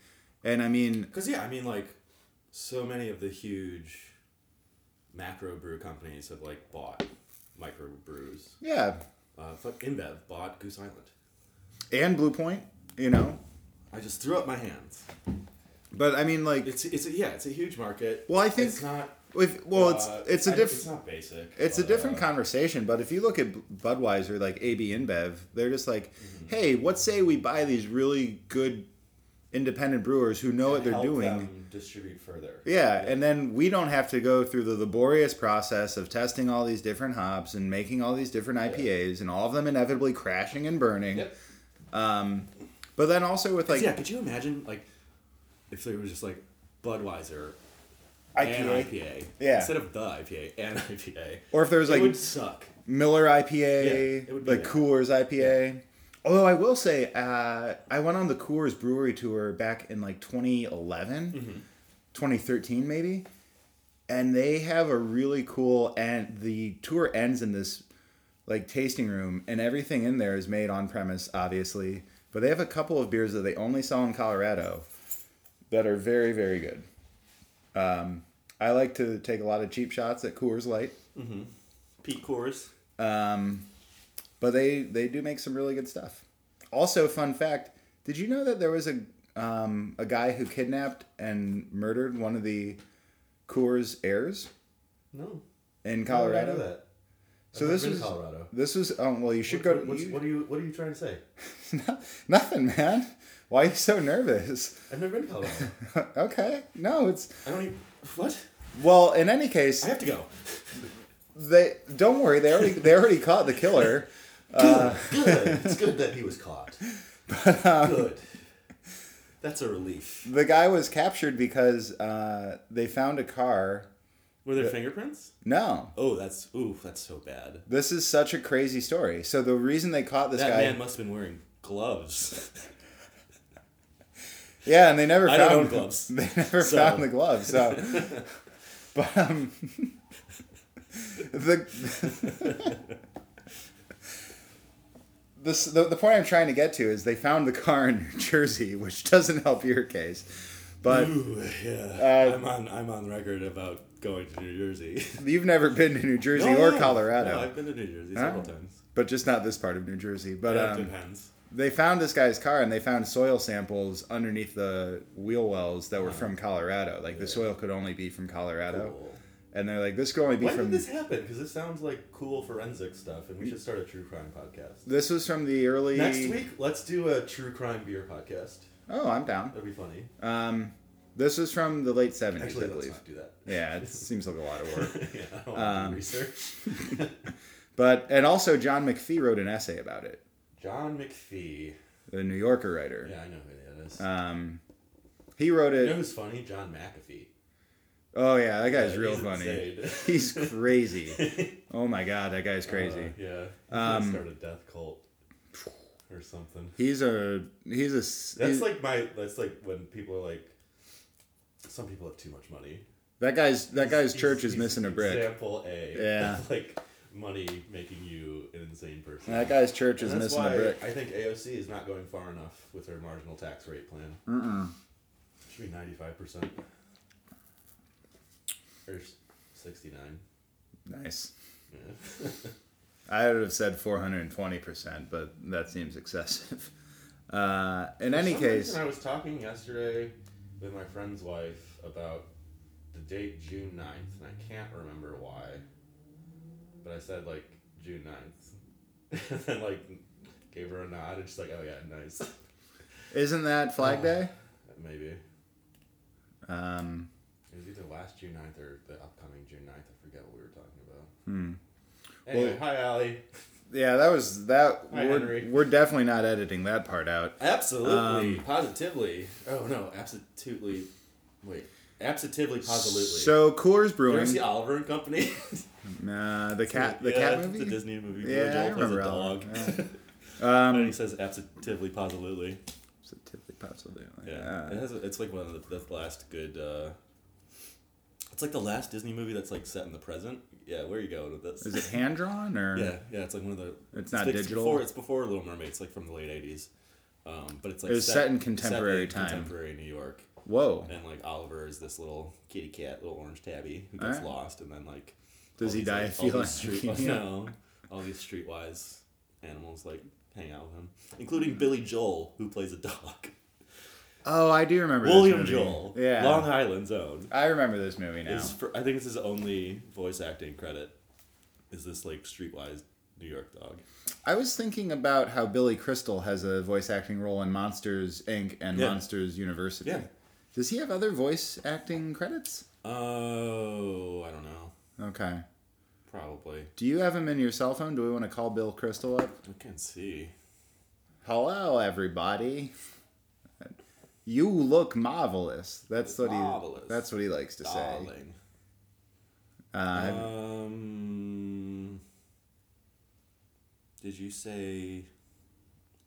[SPEAKER 2] And I mean,
[SPEAKER 1] Because yeah, I mean, like, so many of the huge macro brew companies have like bought micro brews.
[SPEAKER 2] yeah,
[SPEAKER 1] Uh, fuck, InBev bought Goose Island.
[SPEAKER 2] and Blue Point, you know,
[SPEAKER 1] I just threw up my hands.
[SPEAKER 2] but I mean, like,
[SPEAKER 1] It's it's a, yeah, it's a huge market.
[SPEAKER 2] Well, I think-
[SPEAKER 1] it's not.
[SPEAKER 2] if, well, it's
[SPEAKER 1] uh,
[SPEAKER 2] it's a
[SPEAKER 1] I-
[SPEAKER 2] different.
[SPEAKER 1] It's not basic.
[SPEAKER 2] It's a
[SPEAKER 1] but,
[SPEAKER 2] different
[SPEAKER 1] uh,
[SPEAKER 2] conversation, but if you look at Budweiser, like AB InBev, they're just like,
[SPEAKER 1] Mm-hmm.
[SPEAKER 2] hey, what say we buy these really good independent brewers who know what they're
[SPEAKER 1] uh, help
[SPEAKER 2] doing?
[SPEAKER 1] them distribute further.
[SPEAKER 2] Yeah, and then we don't have to go through the laborious process of testing all these different hops and making all these different IPAs and all of them inevitably crashing and burning.
[SPEAKER 1] Yep.
[SPEAKER 2] Um, but then also with like
[SPEAKER 1] yeah. Could you imagine like if there was just like Budweiser and
[SPEAKER 2] IPA,
[SPEAKER 1] IPA
[SPEAKER 2] Yeah.
[SPEAKER 1] instead of the IPA and [LAUGHS] IPA?
[SPEAKER 2] or if there was
[SPEAKER 1] it
[SPEAKER 2] like
[SPEAKER 1] would suck.
[SPEAKER 2] Miller
[SPEAKER 1] Yeah,
[SPEAKER 2] IPA,
[SPEAKER 1] it would be
[SPEAKER 2] like
[SPEAKER 1] that.
[SPEAKER 2] Coors IPA. Although I will say, uh, I went on the Coors Brewery tour back in like 2011,
[SPEAKER 1] Mm-hmm.
[SPEAKER 2] 2013 maybe, and they have a really cool and the tour ends in this like tasting room, and everything in there is made on premise, obviously. But they have a couple of beers that they only sell in Colorado that are very very good. Um, I like to take a lot of cheap shots at Coors Light.
[SPEAKER 1] Pete Coors.
[SPEAKER 2] Um, but they they do make some really good stuff. Also, fun fact: Did you know that there was a um, a guy who kidnapped and murdered one of the Coors heirs
[SPEAKER 1] No. Oh, I
[SPEAKER 2] in
[SPEAKER 1] didn't know
[SPEAKER 2] Colorado?
[SPEAKER 1] that.
[SPEAKER 2] So
[SPEAKER 1] I've
[SPEAKER 2] this
[SPEAKER 1] never been
[SPEAKER 2] is
[SPEAKER 1] to Colorado.
[SPEAKER 2] This was um, well, you should
[SPEAKER 1] What-
[SPEAKER 2] go.
[SPEAKER 1] what's-
[SPEAKER 2] you-
[SPEAKER 1] what are you What are you trying to say?
[SPEAKER 2] [LAUGHS] nothing, man. Why are you so nervous? [LAUGHS]
[SPEAKER 1] I've never been to Colorado.
[SPEAKER 2] okay, no, it's
[SPEAKER 1] I don't even. What?
[SPEAKER 2] well. In any case,
[SPEAKER 1] I have to go.
[SPEAKER 2] they don't worry. They already they already caught the killer.
[SPEAKER 1] [LAUGHS] Good. It's good that he was caught.
[SPEAKER 2] um,
[SPEAKER 1] good. That's a relief.
[SPEAKER 2] The guy was captured because uh, they found a car.
[SPEAKER 1] Were there fingerprints?
[SPEAKER 2] No,
[SPEAKER 1] Oh, that's ooh, that's so bad.
[SPEAKER 2] This is such a crazy story. So the reason they caught this
[SPEAKER 1] That
[SPEAKER 2] guy,
[SPEAKER 1] man must have been wearing
[SPEAKER 2] [LAUGHS]
[SPEAKER 1] gloves.
[SPEAKER 2] yeah, and they never
[SPEAKER 1] I
[SPEAKER 2] found
[SPEAKER 1] don't own gloves,
[SPEAKER 2] [LAUGHS] They never
[SPEAKER 1] so-
[SPEAKER 2] found the gloves.
[SPEAKER 1] [LAUGHS]
[SPEAKER 2] So, but um, [LAUGHS] the. [LAUGHS] This, the, the point I'm trying to get to is they found the car in New Jersey, which doesn't help your case. But
[SPEAKER 1] Ooh, yeah.
[SPEAKER 2] Uh,
[SPEAKER 1] I'm on. I'm on record about going to New Jersey.
[SPEAKER 2] you've never been to New Jersey
[SPEAKER 1] No,
[SPEAKER 2] or
[SPEAKER 1] no,
[SPEAKER 2] Colorado,
[SPEAKER 1] No, I've been to New Jersey
[SPEAKER 2] Huh?
[SPEAKER 1] several times.
[SPEAKER 2] but just not this part of New Jersey. But
[SPEAKER 1] That
[SPEAKER 2] um,
[SPEAKER 1] depends.
[SPEAKER 2] they found this guy's car and they found soil samples underneath the wheel wells that were from Colorado. Like the soil could only be from Colorado.
[SPEAKER 1] Cool.
[SPEAKER 2] And they're like, this could only be
[SPEAKER 1] When
[SPEAKER 2] from.
[SPEAKER 1] did
[SPEAKER 2] This-,
[SPEAKER 1] this happen? Because this sounds like cool forensic stuff, and we should start a true crime podcast.
[SPEAKER 2] was from the early.
[SPEAKER 1] Next week, let's do a true crime beer podcast.
[SPEAKER 2] Oh, I'm down.
[SPEAKER 1] That'd be funny.
[SPEAKER 2] Um, this was from the late
[SPEAKER 1] Actually,
[SPEAKER 2] 70s, I
[SPEAKER 1] let's
[SPEAKER 2] believe.
[SPEAKER 1] not
[SPEAKER 2] [LAUGHS]
[SPEAKER 1] do that. Um, [LAUGHS]
[SPEAKER 2] Yeah, it seems like a lot of work.
[SPEAKER 1] yeah, I don't want to do research.
[SPEAKER 2] But, and also, John McPhee wrote an essay about it,
[SPEAKER 1] [LAUGHS] John McPhee.
[SPEAKER 2] the New Yorker writer.
[SPEAKER 1] Yeah, I know who that is.
[SPEAKER 2] Um, he wrote it.
[SPEAKER 1] you know who's funny? John McAfee.
[SPEAKER 2] Oh, yeah, that guy's
[SPEAKER 1] Yeah,
[SPEAKER 2] real
[SPEAKER 1] he's
[SPEAKER 2] funny.
[SPEAKER 1] insane.
[SPEAKER 2] [LAUGHS]
[SPEAKER 1] [LAUGHS]
[SPEAKER 2] He's crazy. oh, my God, that guy's crazy.
[SPEAKER 1] Uh, yeah. He
[SPEAKER 2] Um,
[SPEAKER 1] start a death cult or something.
[SPEAKER 2] He's a he's a s-
[SPEAKER 1] That's
[SPEAKER 2] he's-
[SPEAKER 1] like my. That's like when people are like. Some people have too much money.
[SPEAKER 2] that guy's that guy's church is
[SPEAKER 1] He's-
[SPEAKER 2] missing a brick.
[SPEAKER 1] Example A.
[SPEAKER 2] Yeah.
[SPEAKER 1] [LAUGHS] like money making you an insane person.
[SPEAKER 2] That guy's church is
[SPEAKER 1] And that's
[SPEAKER 2] missing
[SPEAKER 1] why
[SPEAKER 2] a brick.
[SPEAKER 1] I think AOC is not going far enough with her marginal tax rate plan.
[SPEAKER 2] Mm-mm.
[SPEAKER 1] Should be ninety five percent. Or sixty nine.
[SPEAKER 2] Nice.
[SPEAKER 1] Yeah. [LAUGHS]
[SPEAKER 2] I would have said 420%, but that seems excessive. [LAUGHS] Uh, in
[SPEAKER 1] For
[SPEAKER 2] any
[SPEAKER 1] some
[SPEAKER 2] case,
[SPEAKER 1] reason, I was talking yesterday with my friend's wife about the date June 9th, and I can't remember why. But I said, like, June 9th. [LAUGHS] and then, like, gave her a nod, and she's like, oh, yeah, nice. [LAUGHS]
[SPEAKER 2] isn't that Flag Day?
[SPEAKER 1] Maybe. It
[SPEAKER 2] Um,
[SPEAKER 1] was either last June 9th or the upcoming June 9th. I forget what we were talking about.
[SPEAKER 2] hmm.
[SPEAKER 1] Anyway,
[SPEAKER 2] Well-
[SPEAKER 1] hi, Allie.
[SPEAKER 2] Yeah, that was that.
[SPEAKER 1] Hi,
[SPEAKER 2] we're,
[SPEAKER 1] Henry.
[SPEAKER 2] we're definitely not editing that part out. um,
[SPEAKER 1] Absolutely. positively. Oh, no, absolutely. Wait. Absolutely, positively.
[SPEAKER 2] So Coors
[SPEAKER 1] Did you ever see
[SPEAKER 2] Brewing,
[SPEAKER 1] Oliver and Company? [LAUGHS]
[SPEAKER 2] uh, the cat, the
[SPEAKER 1] yeah,
[SPEAKER 2] cat
[SPEAKER 1] It's a
[SPEAKER 2] movie.
[SPEAKER 1] Disney movie. Where
[SPEAKER 2] Yeah, I
[SPEAKER 1] Joel plays a
[SPEAKER 2] remember
[SPEAKER 1] dog. [LAUGHS]
[SPEAKER 2] that one.
[SPEAKER 1] and
[SPEAKER 2] Um,
[SPEAKER 1] he says absolutely, positively.
[SPEAKER 2] positively, positively.
[SPEAKER 1] Yeah, it [LAUGHS]
[SPEAKER 2] Uh,
[SPEAKER 1] has. A, it's like one of the, the last good. Uh, it's like the last Disney movie that's like set in the present. Yeah, where are you going with this?
[SPEAKER 2] is it hand drawn
[SPEAKER 1] [LAUGHS]
[SPEAKER 2] or?
[SPEAKER 1] yeah, yeah. It's like one of the.
[SPEAKER 2] It's not
[SPEAKER 1] like
[SPEAKER 2] digital?
[SPEAKER 1] Before, it's before Little Mermaid. It's like from the late '80s. Um, but it's like
[SPEAKER 2] It was set in contemporary time.
[SPEAKER 1] contemporary New York,
[SPEAKER 2] Whoa.
[SPEAKER 1] and like Oliver is this little kitty cat, little orange tabby who gets
[SPEAKER 2] Alright.
[SPEAKER 1] lost, and then like
[SPEAKER 2] Does
[SPEAKER 1] all
[SPEAKER 2] he
[SPEAKER 1] these,
[SPEAKER 2] die
[SPEAKER 1] like,
[SPEAKER 2] of
[SPEAKER 1] all these
[SPEAKER 2] feline
[SPEAKER 1] street- [LAUGHS]
[SPEAKER 2] leukemia?
[SPEAKER 1] No, all these streetwise animals like hang out with him, including Billy Joel, who plays a dog.
[SPEAKER 2] Oh, I do remember. this
[SPEAKER 1] William
[SPEAKER 2] movie.
[SPEAKER 1] Joel,
[SPEAKER 2] Yeah.
[SPEAKER 1] Long Island's own.
[SPEAKER 2] I remember this movie now.
[SPEAKER 1] Is for, I think it's his only voice acting credit. Is this like streetwise New York dog?
[SPEAKER 2] I was thinking about how Billy Crystal has a voice acting role in Monsters Inc. and
[SPEAKER 1] Yeah.
[SPEAKER 2] Monsters University.
[SPEAKER 1] Yeah.
[SPEAKER 2] Does he have other voice acting credits?
[SPEAKER 1] Oh, I don't know.
[SPEAKER 2] Okay.
[SPEAKER 1] Probably.
[SPEAKER 2] Do you have him in your cell phone? Do we want to call Bill Crystal up?
[SPEAKER 1] I can see.
[SPEAKER 2] Hello, everybody. You look marvelous. That's what
[SPEAKER 1] Marvelous.
[SPEAKER 2] he. That's what he likes to say.
[SPEAKER 1] Darling.
[SPEAKER 2] Uh,
[SPEAKER 1] Um. Did you say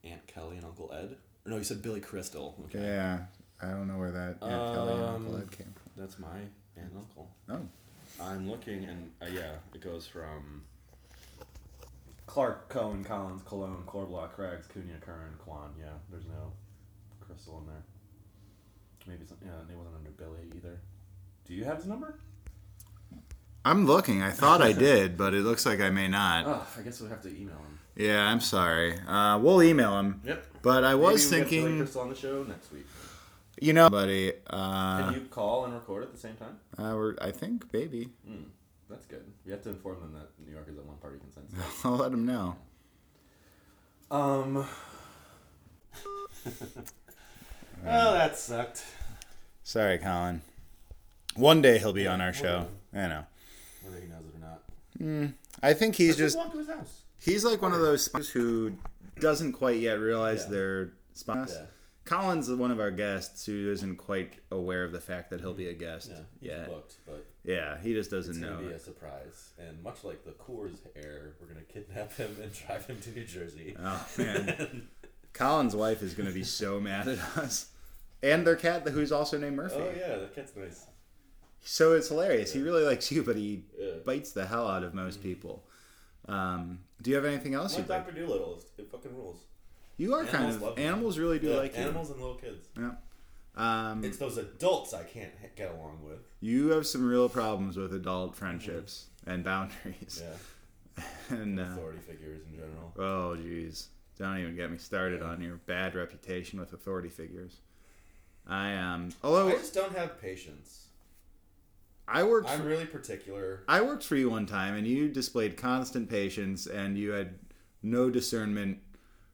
[SPEAKER 1] Aunt Kelly and Uncle Ed? Or no, you said Billy Crystal. Okay.
[SPEAKER 2] yeah, I don't know where that Aunt Kelly and Uncle
[SPEAKER 1] Um,
[SPEAKER 2] Ed came
[SPEAKER 1] That's my aunt and uncle.
[SPEAKER 2] from. Oh.
[SPEAKER 1] I'm looking, and uh, yeah, it goes from Clark, Cohen, Collins, Cologne, Corblock, Craggs, Cunha, Curran, Kwan. Yeah, there's no Crystal in there. Maybe it's, yeah, and it wasn't under Billy either. Do you have his number?
[SPEAKER 2] Oh, I'm looking. I
[SPEAKER 1] [LAUGHS]
[SPEAKER 2] thought I did, but it looks like I may not.
[SPEAKER 1] Oh, I guess we'll have to email him.
[SPEAKER 2] Yeah, I'm sorry. Uh, we'll email him.
[SPEAKER 1] Yep.
[SPEAKER 2] But I was
[SPEAKER 1] Maybe we get Billy
[SPEAKER 2] thinking,
[SPEAKER 1] Crystal on the show next week.
[SPEAKER 2] you know, buddy.
[SPEAKER 1] Can
[SPEAKER 2] Uh,
[SPEAKER 1] you call and record at the same time?
[SPEAKER 2] uh, we're, I think maybe [LAUGHS]
[SPEAKER 1] Mm, that's good. We have to inform them that New Yorkers at one party consents.
[SPEAKER 2] I'll let him know.
[SPEAKER 1] um. [LAUGHS] oh, that sucked.
[SPEAKER 2] Sorry, Colin. One day he'll be on our show. I know.
[SPEAKER 1] Whether he knows it or not.
[SPEAKER 2] I think he's
[SPEAKER 1] Let's
[SPEAKER 2] just
[SPEAKER 1] walk to his house.
[SPEAKER 2] he's like one of those sponsors who doesn't quite yet realize
[SPEAKER 1] Yeah.
[SPEAKER 2] they're sponsors.
[SPEAKER 1] Yeah.
[SPEAKER 2] Colin's one of our guests who isn't quite aware of the fact that he'll be a guest.
[SPEAKER 1] Yeah, he's
[SPEAKER 2] Yeah.
[SPEAKER 1] booked, but
[SPEAKER 2] Yeah, he just
[SPEAKER 1] it's
[SPEAKER 2] doesn't
[SPEAKER 1] gonna
[SPEAKER 2] know.
[SPEAKER 1] be a surprise. And much like the Coors heir, we're gonna kidnap him and drive him to New Jersey.
[SPEAKER 2] Oh
[SPEAKER 1] [LAUGHS]
[SPEAKER 2] man. Colin's wife is going to be so [LAUGHS] mad at us. And their cat who's also named Murphy.
[SPEAKER 1] oh yeah, that cat's nice.
[SPEAKER 2] So it's hilarious. He really likes you, but he
[SPEAKER 1] Yeah. Mm-hmm.
[SPEAKER 2] bites the hell out of most people. Um, do you have anything else
[SPEAKER 1] Like
[SPEAKER 2] you'd like?
[SPEAKER 1] Doctor Doolittle, it's- it fucking rules.
[SPEAKER 2] You are kind
[SPEAKER 1] Animals
[SPEAKER 2] of
[SPEAKER 1] love me.
[SPEAKER 2] animals really do
[SPEAKER 1] Yeah,
[SPEAKER 2] like
[SPEAKER 1] animals and little kids.
[SPEAKER 2] you. Yeah. Um,
[SPEAKER 1] It's those adults I can't h- get along with.
[SPEAKER 2] you have some real problems with adult friendships and boundaries.
[SPEAKER 1] Mm-hmm. Yeah,
[SPEAKER 2] [LAUGHS] And uh,
[SPEAKER 1] authority figures in general.
[SPEAKER 2] oh, jeez, don't even get me started on your bad reputation with authority figures. I um, although
[SPEAKER 1] I just don't have patience.
[SPEAKER 2] I worked,
[SPEAKER 1] I'm
[SPEAKER 2] for,
[SPEAKER 1] really particular.
[SPEAKER 2] I worked for you one time, and you displayed constant patience, and you had no discernment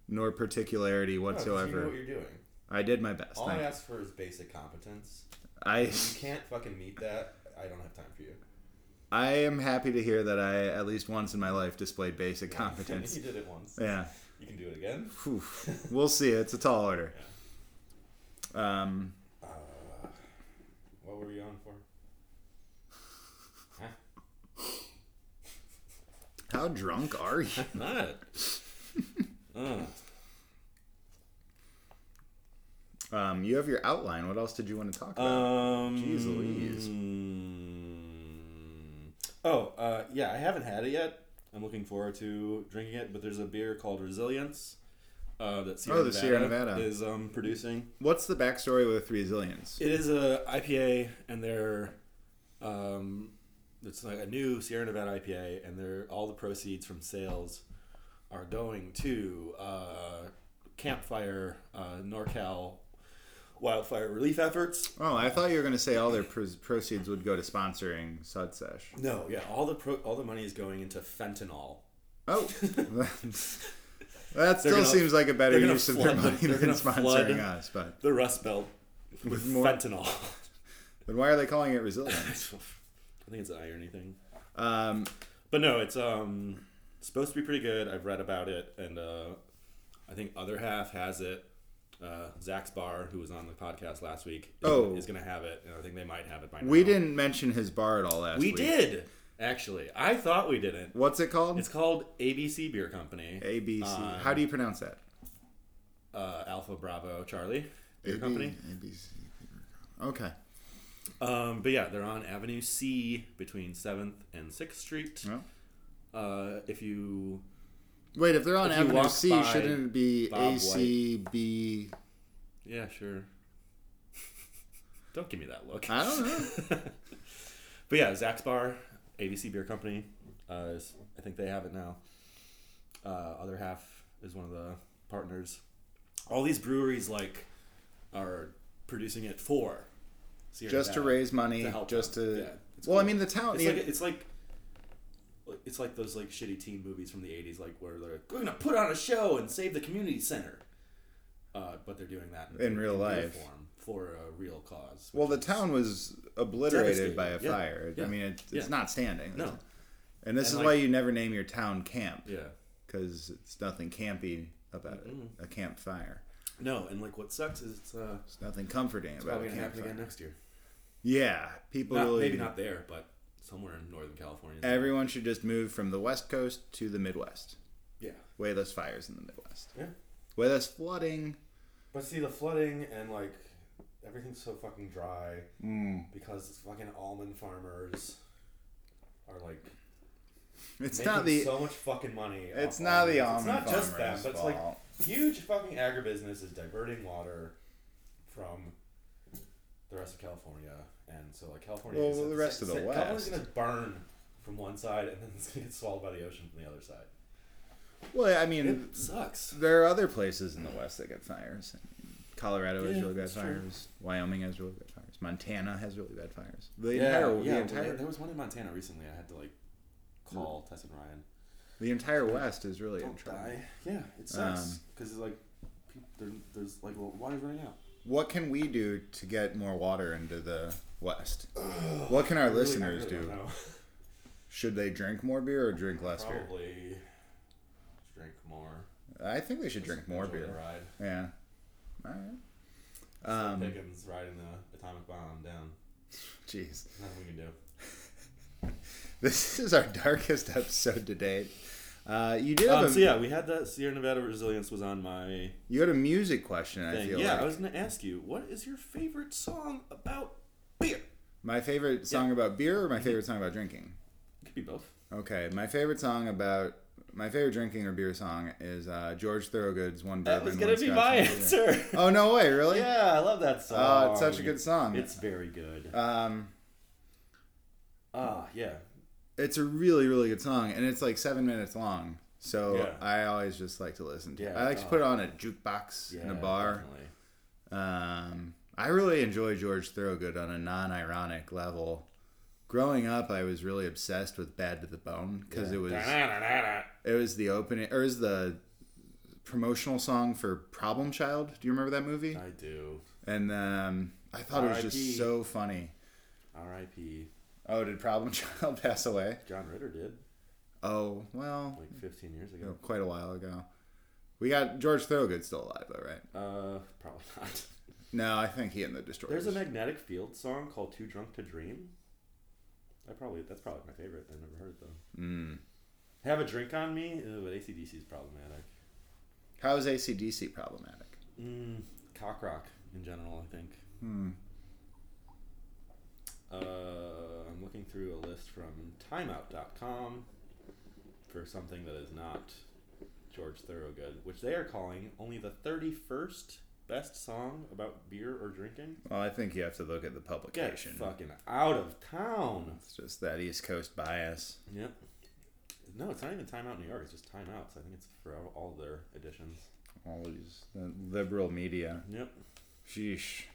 [SPEAKER 2] nor particularity
[SPEAKER 1] No, 'cause
[SPEAKER 2] whatsoever.
[SPEAKER 1] Oh, you know what you're doing.
[SPEAKER 2] I did my best.
[SPEAKER 1] All I
[SPEAKER 2] thank you.
[SPEAKER 1] ask for is basic
[SPEAKER 2] [LAUGHS]
[SPEAKER 1] competence.
[SPEAKER 2] I
[SPEAKER 1] If you can't fucking meet that, I don't have time for you. [LAUGHS]
[SPEAKER 2] I am happy to hear that I at least once in my life displayed basic
[SPEAKER 1] [LAUGHS] you
[SPEAKER 2] competence.
[SPEAKER 1] did it once.
[SPEAKER 2] yeah.
[SPEAKER 1] You can do it again.
[SPEAKER 2] Whew. We'll see. It's a tall order. Um,
[SPEAKER 1] Uh, [LAUGHS] what were you on
[SPEAKER 2] [LAUGHS]
[SPEAKER 1] for? Huh?
[SPEAKER 2] how drunk are you?
[SPEAKER 1] Not. [LAUGHS] uh,
[SPEAKER 2] Um, you have your outline. What else did you want to talk about?
[SPEAKER 1] um.
[SPEAKER 2] Jeez Louise.
[SPEAKER 1] Oh, uh, yeah. I haven't had it yet. I'm looking forward to drinking it, but there's a beer called Resilience uh, that Sierra,
[SPEAKER 2] Oh, the Sierra Nevada.
[SPEAKER 1] is um, producing.
[SPEAKER 2] What's the backstory with Three Zillions?
[SPEAKER 1] It is a IPA, and they're um, it's like a new Sierra Nevada IPA, and they're all the proceeds from sales are going to uh, campfire uh, NorCal wildfire relief efforts.
[SPEAKER 2] Oh, I thought you were going to say all their pr- proceeds would go to sponsoring Sudsesh.
[SPEAKER 1] No, yeah, all the pro- all the money is going into fentanyl. [LAUGHS]
[SPEAKER 2] Oh, that still
[SPEAKER 1] gonna-
[SPEAKER 2] seems like a better
[SPEAKER 1] they're gonna
[SPEAKER 2] use of their
[SPEAKER 1] flood-
[SPEAKER 2] money
[SPEAKER 1] they're
[SPEAKER 2] than
[SPEAKER 1] gonna flood-
[SPEAKER 2] sponsoring us. But
[SPEAKER 1] The Rust Belt with
[SPEAKER 2] more-
[SPEAKER 1] fentanyl. [LAUGHS]
[SPEAKER 2] then why are they calling it resilient?
[SPEAKER 1] I think it's an irony thing.
[SPEAKER 2] Um,
[SPEAKER 1] But no, it's um supposed to be pretty good. I've read about it, and uh, I think other half has it. Uh, Zach's bar, who was on the podcast last week, is,
[SPEAKER 2] Oh.
[SPEAKER 1] is going to have it, and I think they might have it by now.
[SPEAKER 2] we didn't mention his bar at all last
[SPEAKER 1] We
[SPEAKER 2] week.
[SPEAKER 1] did actually. I thought we didn't.
[SPEAKER 2] What's it called?
[SPEAKER 1] It's called ABC Beer Company.
[SPEAKER 2] ABC.
[SPEAKER 1] Um,
[SPEAKER 2] How do you pronounce that?
[SPEAKER 1] uh, Alpha Bravo Charlie Beer
[SPEAKER 2] AB
[SPEAKER 1] Company.
[SPEAKER 2] ABC. Okay.
[SPEAKER 1] Um, but yeah, they're on Avenue C between Seventh and Sixth Street.
[SPEAKER 2] Well.
[SPEAKER 1] Uh, if you
[SPEAKER 2] Wait, if they're on
[SPEAKER 1] If you
[SPEAKER 2] Avenue
[SPEAKER 1] walk
[SPEAKER 2] C,
[SPEAKER 1] by
[SPEAKER 2] shouldn't it be
[SPEAKER 1] Bob
[SPEAKER 2] A C B?
[SPEAKER 1] Yeah, sure. [LAUGHS] don't give me that look.
[SPEAKER 2] I don't know.
[SPEAKER 1] [LAUGHS] But yeah, Zach's Bar, ABC Beer Company. Uh, is, I think they have it now. Uh, other half is one of the partners. All these breweries like are producing it for Sierra
[SPEAKER 2] just to
[SPEAKER 1] Nevada.
[SPEAKER 2] raise money,
[SPEAKER 1] To help
[SPEAKER 2] just
[SPEAKER 1] them.
[SPEAKER 2] to.
[SPEAKER 1] Yeah, it's
[SPEAKER 2] well, I
[SPEAKER 1] cool.
[SPEAKER 2] mean, the town.
[SPEAKER 1] It's like it's like it's like those like shitty teen movies from the '80s, like where they're like, we're gonna put on a show and save the community center, uh, but they're doing that
[SPEAKER 2] In real
[SPEAKER 1] beer
[SPEAKER 2] life.
[SPEAKER 1] form for a real cause.
[SPEAKER 2] well, the town was obliterated by a
[SPEAKER 1] Devastated, yeah,
[SPEAKER 2] fire.
[SPEAKER 1] yeah,
[SPEAKER 2] I mean, it, it's
[SPEAKER 1] yeah.
[SPEAKER 2] not standing.
[SPEAKER 1] No.
[SPEAKER 2] And this
[SPEAKER 1] And,
[SPEAKER 2] is
[SPEAKER 1] like-
[SPEAKER 2] why you never name your town camp
[SPEAKER 1] yeah,
[SPEAKER 2] because it's nothing campy about it. A campfire.
[SPEAKER 1] no, and like what sucks is it's uh,
[SPEAKER 2] It's nothing comforting about
[SPEAKER 1] probably
[SPEAKER 2] a
[SPEAKER 1] gonna happen
[SPEAKER 2] campfire.
[SPEAKER 1] again next year.
[SPEAKER 2] Yeah, people
[SPEAKER 1] Not,
[SPEAKER 2] really.
[SPEAKER 1] maybe not there, but somewhere in Northern California.
[SPEAKER 2] Everyone should just move from the West Coast to the Midwest.
[SPEAKER 1] yeah,
[SPEAKER 2] Way less fires in the Midwest.
[SPEAKER 1] yeah.
[SPEAKER 2] Way less flooding.
[SPEAKER 1] But see, the flooding and like everything's so fucking dry because fucking almond farmers are like
[SPEAKER 2] It's
[SPEAKER 1] making
[SPEAKER 2] not the.
[SPEAKER 1] so much fucking money.
[SPEAKER 2] It's
[SPEAKER 1] off
[SPEAKER 2] not the
[SPEAKER 1] almonds.
[SPEAKER 2] almond
[SPEAKER 1] It's not just that,
[SPEAKER 2] farmer's
[SPEAKER 1] but it's
[SPEAKER 2] fault.
[SPEAKER 1] like huge fucking agribusiness is diverting water from the rest of California, and so like California.
[SPEAKER 2] Well,
[SPEAKER 1] is at
[SPEAKER 2] the rest of the
[SPEAKER 1] it's like California's
[SPEAKER 2] West.
[SPEAKER 1] gonna burn from one side, and then it's gonna get swallowed by the ocean from the other side.
[SPEAKER 2] well, I mean,
[SPEAKER 1] It sucks.
[SPEAKER 2] there are other places in the West that get fires. Colorado has
[SPEAKER 1] Yeah,
[SPEAKER 2] really bad
[SPEAKER 1] that's true.
[SPEAKER 2] fires. Wyoming has really bad fires. Montana has really bad fires.
[SPEAKER 1] yeah,
[SPEAKER 2] The entire,
[SPEAKER 1] yeah,
[SPEAKER 2] the
[SPEAKER 1] well,
[SPEAKER 2] entire,
[SPEAKER 1] There was one in Montana recently. I had to like call Tess and Ryan.
[SPEAKER 2] the entire Um, West is really in
[SPEAKER 1] Don't
[SPEAKER 2] trouble.
[SPEAKER 1] die. Yeah, it sucks because it's like pe- there, there's like well, water's running out.
[SPEAKER 2] What can we do to get more water into the West? what can our
[SPEAKER 1] Really, I
[SPEAKER 2] listeners
[SPEAKER 1] really
[SPEAKER 2] do?
[SPEAKER 1] don't know.
[SPEAKER 2] Should they drink more beer or drink less beer?
[SPEAKER 1] Probably drink more.
[SPEAKER 2] I think they should drink more
[SPEAKER 1] Enjoy the
[SPEAKER 2] beer.
[SPEAKER 1] Ride.
[SPEAKER 2] Yeah. All right.
[SPEAKER 1] Um,
[SPEAKER 2] Um,
[SPEAKER 1] Pickens riding the atomic bomb down.
[SPEAKER 2] jeez. [LAUGHS]
[SPEAKER 1] Nothing we can do.
[SPEAKER 2] This is our darkest episode to date. Uh, you did have
[SPEAKER 1] Um,
[SPEAKER 2] a,
[SPEAKER 1] so yeah, we had that Sierra Nevada Resilience was on my
[SPEAKER 2] you had a music question. I
[SPEAKER 1] thing.
[SPEAKER 2] feel
[SPEAKER 1] Yeah,
[SPEAKER 2] like
[SPEAKER 1] I was gonna ask you, what is your favorite song about beer?
[SPEAKER 2] my favorite song about beer or
[SPEAKER 1] Mm-hmm.
[SPEAKER 2] my favorite song about drinking.
[SPEAKER 1] Could be both.
[SPEAKER 2] Okay, my favorite song about my favorite drinking or beer song is uh, George Thorogood's "One Bourbon."
[SPEAKER 1] That was gonna
[SPEAKER 2] One
[SPEAKER 1] be
[SPEAKER 2] Scotch,
[SPEAKER 1] my
[SPEAKER 2] One Bitter.
[SPEAKER 1] answer.
[SPEAKER 2] Oh no way! Really?
[SPEAKER 1] yeah, I love that song.
[SPEAKER 2] Oh, it's such a good song.
[SPEAKER 1] It's very good.
[SPEAKER 2] um,
[SPEAKER 1] Ah, yeah.
[SPEAKER 2] it's a really really good song, and it's like seven minutes long. So
[SPEAKER 1] Yeah.
[SPEAKER 2] I always just like to listen to. it.
[SPEAKER 1] Yeah,
[SPEAKER 2] I like to
[SPEAKER 1] oh.
[SPEAKER 2] put it on a jukebox
[SPEAKER 1] yeah.
[SPEAKER 2] in a bar.
[SPEAKER 1] definitely.
[SPEAKER 2] Um, I really enjoy George Thorogood on a non-ironic level. Growing up, I was really obsessed with "Bad to the Bone" because it was
[SPEAKER 1] Da-da-da-da-da.
[SPEAKER 2] it was the opening or is the promotional song for Problem Child. Do you remember that movie?
[SPEAKER 1] I do.
[SPEAKER 2] And um, I thought it was just
[SPEAKER 1] R.I.P..
[SPEAKER 2] so funny.
[SPEAKER 1] R.I.P.
[SPEAKER 2] Oh, did Problem [LAUGHS] Child pass away?
[SPEAKER 1] John Ritter did
[SPEAKER 2] Oh, well,
[SPEAKER 1] like 15 years
[SPEAKER 2] you
[SPEAKER 1] ago.
[SPEAKER 2] know, quite a while ago. We got George Thorogood still alive, though, right?
[SPEAKER 1] Uh, probably [LAUGHS] not.
[SPEAKER 2] No, I think he and the Destroyers.
[SPEAKER 1] There's a magnetic field song called "Too Drunk to Dream." I probably that's probably my favorite. I've never heard it though.
[SPEAKER 2] Mm.
[SPEAKER 1] Have a drink on me, Ooh, but ACDC is problematic.
[SPEAKER 2] How is ACDC problematic?
[SPEAKER 1] Mm, cock rock in general, I think.
[SPEAKER 2] Hmm.
[SPEAKER 1] Uh, I'm looking through a list from Timeout.com for something that is not George Thorogood, which they are calling only the 31st best song about beer or drinking.
[SPEAKER 2] Well, I think you have to look at the
[SPEAKER 1] Get
[SPEAKER 2] publication.
[SPEAKER 1] fucking out of town.
[SPEAKER 2] It's just that East Coast bias.
[SPEAKER 1] Yep. No, it's not even Time Out New York. It's just Time Out. So I think it's for all- all their editions.
[SPEAKER 2] All these the liberal media.
[SPEAKER 1] Yep.
[SPEAKER 2] Sheesh.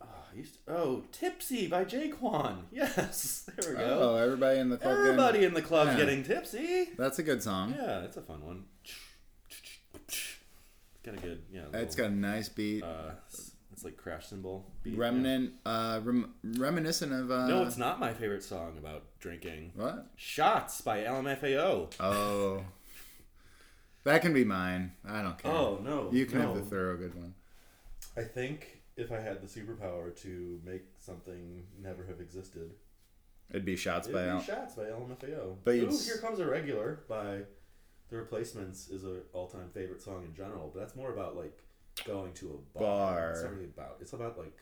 [SPEAKER 1] Oh, I used to- oh, Tipsy by Jaquan. Yes. [LAUGHS] There we go.
[SPEAKER 2] Oh, everybody in the club. getting-
[SPEAKER 1] Everybody in the club's
[SPEAKER 2] Yeah.
[SPEAKER 1] getting tipsy.
[SPEAKER 2] That's a good song.
[SPEAKER 1] Yeah, it's a fun one. It's got a good, yeah. little,
[SPEAKER 2] It's got a nice beat.
[SPEAKER 1] Uh, s- it's like crash cymbal. beat,
[SPEAKER 2] Remnant, uh, rem- reminiscent of. Uh,
[SPEAKER 1] yeah. No, it's not my favorite song about drinking.
[SPEAKER 2] What?
[SPEAKER 1] Shots by LMFAO.
[SPEAKER 2] Oh, that can be mine. I don't care.
[SPEAKER 1] Oh no!
[SPEAKER 2] you can
[SPEAKER 1] no.
[SPEAKER 2] have the thorough good one.
[SPEAKER 1] I think if I had the superpower to make something never have existed,
[SPEAKER 2] It'd be shots
[SPEAKER 1] it'd
[SPEAKER 2] by.
[SPEAKER 1] be
[SPEAKER 2] Al-
[SPEAKER 1] shots by LMFAO.
[SPEAKER 2] But you'd
[SPEAKER 1] Ooh,
[SPEAKER 2] s-
[SPEAKER 1] here comes a regular by the Replacements is a all time favorite song in general, but that's more about like going to a bar.
[SPEAKER 2] Bar.
[SPEAKER 1] It's not really about. It's about like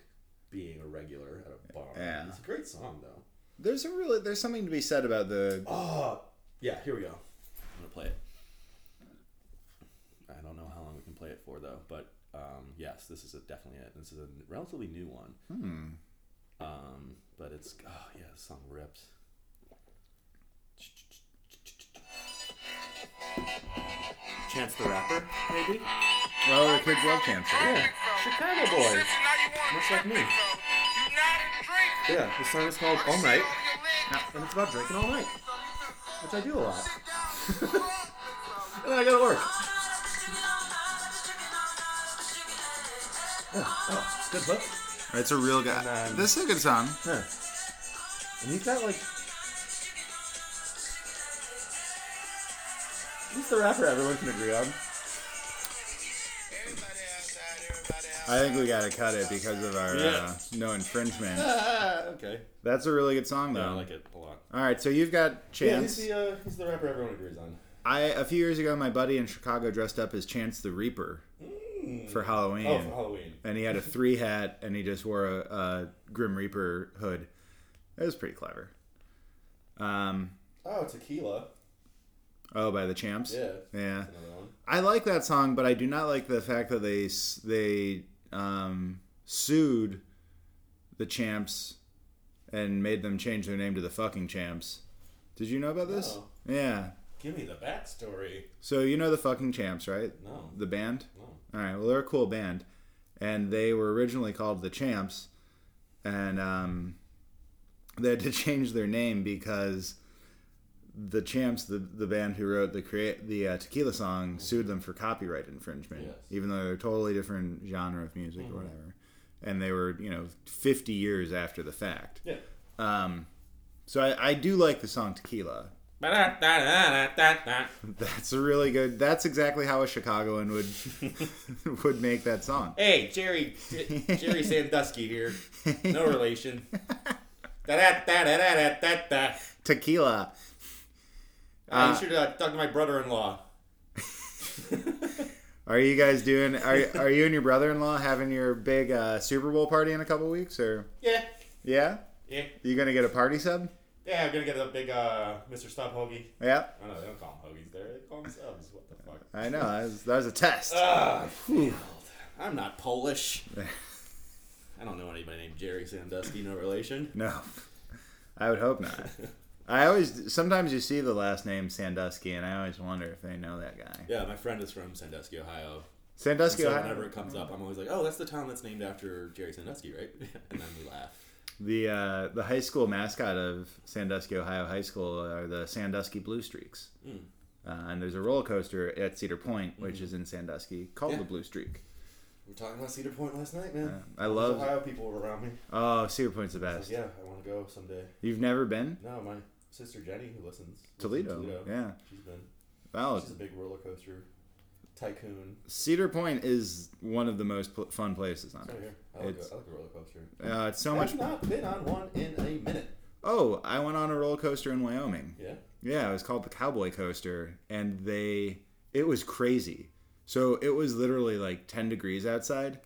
[SPEAKER 1] being a regular at a bar.
[SPEAKER 2] Yeah.
[SPEAKER 1] it's a great song though.
[SPEAKER 2] there's a really there's something to be said about the.
[SPEAKER 1] Oh, yeah. Here we go. I'm gonna play it. I don't know how long we can play it for though, but um, yes, this is a, definitely it. This is a relatively new one.
[SPEAKER 2] Hmm.
[SPEAKER 1] Um, but it's oh yeah, the song rips. Chance the Rapper, maybe?
[SPEAKER 2] Well, the kids love cancer.
[SPEAKER 1] Yeah, Chicago boy. Looks like me. Yeah, the song is called All Night, and it's about drinking all night, which I do a lot. and I gotta work. Oh, oh, good hook.
[SPEAKER 2] It's a real guy.
[SPEAKER 1] And, um,
[SPEAKER 2] this is a good song.
[SPEAKER 1] Huh. And he's got like. He's the rapper everyone can agree on. [LAUGHS]
[SPEAKER 2] I think we gotta cut it because of our uh,
[SPEAKER 1] Yeah.
[SPEAKER 2] no infringement.
[SPEAKER 1] Ah, [LAUGHS] okay.
[SPEAKER 2] That's a really good song though.
[SPEAKER 1] No, I like it a lot.
[SPEAKER 2] All right, so you've got
[SPEAKER 1] Yeah, he's
[SPEAKER 2] Chance.
[SPEAKER 1] the, uh, he's the rapper everyone agrees on.
[SPEAKER 2] I a few years ago, my buddy in Chicago dressed up as Chance the Reaper for Halloween,
[SPEAKER 1] Oh, for Halloween.
[SPEAKER 2] and he had a three hat, and he just wore a, a Grim Reaper hood. It was pretty clever. Um,
[SPEAKER 1] Oh, Tequila.
[SPEAKER 2] oh, by the Champs.
[SPEAKER 1] Yeah.
[SPEAKER 2] yeah.
[SPEAKER 1] That's another one.
[SPEAKER 2] I like that song, but I do not like the fact that they s- they um, sued the Champs and made them change their name to the fucking Champs. Did you know about this?
[SPEAKER 1] No.
[SPEAKER 2] Yeah.
[SPEAKER 1] Give me the backstory.
[SPEAKER 2] So you know the fucking Champs, right?
[SPEAKER 1] No.
[SPEAKER 2] The band.
[SPEAKER 1] No.
[SPEAKER 2] All right. Well, they're a cool band, and they were originally called the Champs, and um, they had to [LAUGHS] change their name because the Champs, the the band who wrote the create the uh, Tequila song, sued them for copyright infringement,
[SPEAKER 1] Yes. Mm-hmm.
[SPEAKER 2] even though they're totally different genre of music or whatever, and they were you know fifty years after the fact.
[SPEAKER 1] [LAUGHS] Yeah.
[SPEAKER 2] Um, so I, I do like the song Tequila. [LAUGHS]
[SPEAKER 1] Ba-da-da-da-da-da-da.
[SPEAKER 2] That's a really good. That's exactly how a Chicagoan would [LAUGHS] would make that song.
[SPEAKER 1] Hey, Jerry, Jerry [LAUGHS] Sandusky here. No [LAUGHS] relation. Da-da-da-da-da-da-da.
[SPEAKER 2] Tequila.
[SPEAKER 1] I used to uh, talk to my brother-in-law. [LAUGHS]
[SPEAKER 2] Are you guys doing? Are are you and your brother in law having your big uh, Super Bowl party in a couple weeks? Or
[SPEAKER 1] yeah,
[SPEAKER 2] yeah,
[SPEAKER 1] yeah,
[SPEAKER 2] you gonna get a party sub?
[SPEAKER 1] yeah. I'm gonna get a big uh, Mr. Stub hoagie.
[SPEAKER 2] Yeah,
[SPEAKER 1] Oh no, they don't call them hoagies there. They call them subs. What the fuck?
[SPEAKER 2] I know that was, that was a test.
[SPEAKER 1] Ah, failed. I'm not [LAUGHS] Polish. I don't know anybody named Jerry Sandusky. No relation. [LAUGHS]
[SPEAKER 2] No, I would hope not. I always sometimes you see the last name Sandusky, and I always wonder if they know that guy.
[SPEAKER 1] Yeah, my friend is from Sandusky, Ohio.
[SPEAKER 2] Sandusky.
[SPEAKER 1] So
[SPEAKER 2] Ohio.
[SPEAKER 1] whenever it comes up, I'm always like, "Oh, that's the town that's named after Jerry Sandusky, right?" [LAUGHS] And then we laugh.
[SPEAKER 2] The uh, the high school mascot of Sandusky, Ohio High School are the Sandusky Blue Streaks.
[SPEAKER 1] Hmm.
[SPEAKER 2] Uh, and there's a roller coaster at Cedar Point, which is in Sandusky, called
[SPEAKER 1] Yeah.
[SPEAKER 2] the Blue Streak. Uh,
[SPEAKER 1] We were talking about Cedar Point last night, man.
[SPEAKER 2] I love.
[SPEAKER 1] Ohio people were around me.
[SPEAKER 2] Oh, Cedar Point's the best.
[SPEAKER 1] Yeah, I want to go someday.
[SPEAKER 2] You've never been
[SPEAKER 1] No, my sister Jenny, who listens, lives in
[SPEAKER 2] Toledo? Yeah. Oh.
[SPEAKER 1] she's been.
[SPEAKER 2] Wow,
[SPEAKER 1] She's a big roller coaster tycoon.
[SPEAKER 2] Cedar Point is one of the most pl- fun places on
[SPEAKER 1] Right here. I
[SPEAKER 2] it.
[SPEAKER 1] like,
[SPEAKER 2] It's
[SPEAKER 1] a, I like a roller coaster.
[SPEAKER 2] uh, it's so
[SPEAKER 1] I've
[SPEAKER 2] much.
[SPEAKER 1] not been on one in a minute.
[SPEAKER 2] Oh, I went on a roller coaster in Wyoming.
[SPEAKER 1] Yeah.
[SPEAKER 2] Yeah, it was called the Cowboy Coaster, and they it was crazy. So it was literally like ten degrees outside,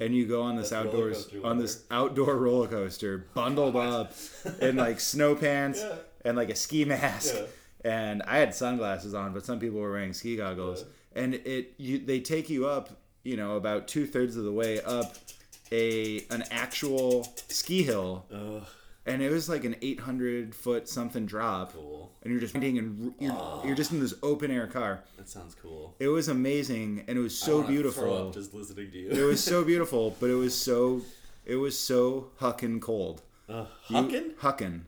[SPEAKER 2] and you go on this
[SPEAKER 1] Mm-hmm. That's roller
[SPEAKER 2] outdoors
[SPEAKER 1] coaster
[SPEAKER 2] on this outdoor
[SPEAKER 1] [LAUGHS]
[SPEAKER 2] roller coaster, bundled up in like snow pants
[SPEAKER 1] Yeah.
[SPEAKER 2] and like a ski [LAUGHS] mask,
[SPEAKER 1] Yeah.
[SPEAKER 2] and I had sunglasses on, but some people were wearing ski goggles. And it you they take you up, you know, about two thirds of the way up a an actual ski hill,
[SPEAKER 1] Ugh,
[SPEAKER 2] and it was like an 800 foot something drop,
[SPEAKER 1] cool.
[SPEAKER 2] and you're just riding and r- you're, you're just in this open air car.
[SPEAKER 1] That sounds cool.
[SPEAKER 2] It was amazing, and it was
[SPEAKER 1] I
[SPEAKER 2] so
[SPEAKER 1] wanna Throw
[SPEAKER 2] beautiful.
[SPEAKER 1] up just listening to
[SPEAKER 2] It
[SPEAKER 1] you.
[SPEAKER 2] was so beautiful, but it was so it was so huckin' cold.
[SPEAKER 1] Uh,
[SPEAKER 2] You-
[SPEAKER 1] huckin',
[SPEAKER 2] Huckin'.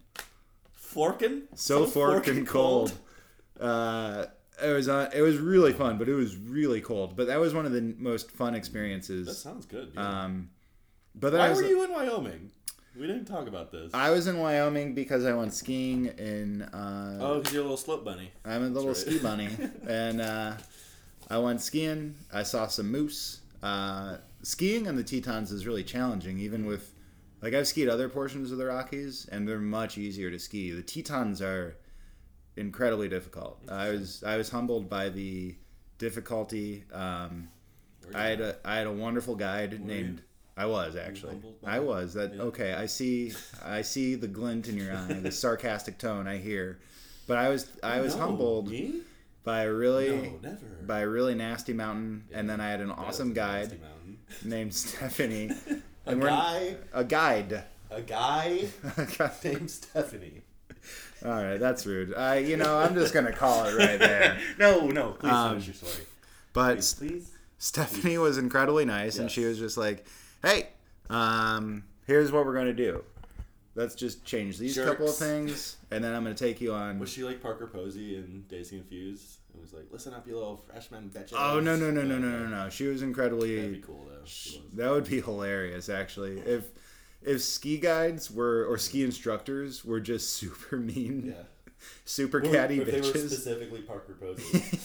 [SPEAKER 1] forkin',
[SPEAKER 2] so forked and cold. Uh, it was uh, it was really fun, but it was really cold. But that was one of the n- most fun
[SPEAKER 1] That
[SPEAKER 2] experiences.
[SPEAKER 1] sounds good. dude.
[SPEAKER 2] Um, but then I
[SPEAKER 1] Why
[SPEAKER 2] was
[SPEAKER 1] were you in Wyoming? We didn't talk about this.
[SPEAKER 2] I was in Wyoming because I went skiing in. Uh,
[SPEAKER 1] oh, because you're a little slope bunny.
[SPEAKER 2] I'm a little
[SPEAKER 1] right. [LAUGHS]
[SPEAKER 2] ski bunny, and uh, I went skiing. I saw some moose. Uh, skiing on the Tetons is really challenging, even with like I've skied other portions of the Rockies, and they're much easier to ski. The Tetons are incredibly difficult. I was I was humbled by the difficulty. Um,
[SPEAKER 1] Were
[SPEAKER 2] I
[SPEAKER 1] you-
[SPEAKER 2] had a I had a wonderful guide
[SPEAKER 1] you?
[SPEAKER 2] named I was actually
[SPEAKER 1] humbled by
[SPEAKER 2] I
[SPEAKER 1] it?
[SPEAKER 2] was that
[SPEAKER 1] Yeah.
[SPEAKER 2] okay I see I see the glint in your eye
[SPEAKER 1] [LAUGHS]
[SPEAKER 2] the sarcastic tone I hear but I was I was
[SPEAKER 1] No,
[SPEAKER 2] humbled
[SPEAKER 1] Me?
[SPEAKER 2] by a really
[SPEAKER 1] No, never.
[SPEAKER 2] by a really nasty mountain and then I had an
[SPEAKER 1] That was
[SPEAKER 2] awesome
[SPEAKER 1] a
[SPEAKER 2] guide
[SPEAKER 1] nasty mountain.
[SPEAKER 2] named [LAUGHS] Stephanie
[SPEAKER 1] a
[SPEAKER 2] we're-
[SPEAKER 1] guy,
[SPEAKER 2] a guide [LAUGHS]
[SPEAKER 1] a guy
[SPEAKER 2] all
[SPEAKER 1] named Stephanie.
[SPEAKER 2] right that's rude I you know I'm just gonna call it
[SPEAKER 1] [LAUGHS]
[SPEAKER 2] right there
[SPEAKER 1] [LAUGHS] no, no, please
[SPEAKER 2] Um,
[SPEAKER 1] finish your story.
[SPEAKER 2] but
[SPEAKER 1] Please, please.
[SPEAKER 2] Stephanie was incredibly nice, and she
[SPEAKER 1] Yes.
[SPEAKER 2] was just like, "Hey, um, here's what we're gonna do. Let's just change these couple of
[SPEAKER 1] Jerks.
[SPEAKER 2] things, and then I'm gonna take you on."
[SPEAKER 1] Was she like Parker Posey in Daisy and Fuse? And was like, "Listen up, you little freshman bitches."
[SPEAKER 2] oh no no no no no no
[SPEAKER 1] Okay.
[SPEAKER 2] no! She was
[SPEAKER 1] That'd be
[SPEAKER 2] incredibly.
[SPEAKER 1] cool though. She was.
[SPEAKER 2] That would be hilarious, actually. If if ski guides were or ski instructors were just [LAUGHS] super mean,
[SPEAKER 1] Yeah.
[SPEAKER 2] super catty
[SPEAKER 1] if They were
[SPEAKER 2] bitches.
[SPEAKER 1] specifically Parker
[SPEAKER 2] [LAUGHS]
[SPEAKER 1] Posey.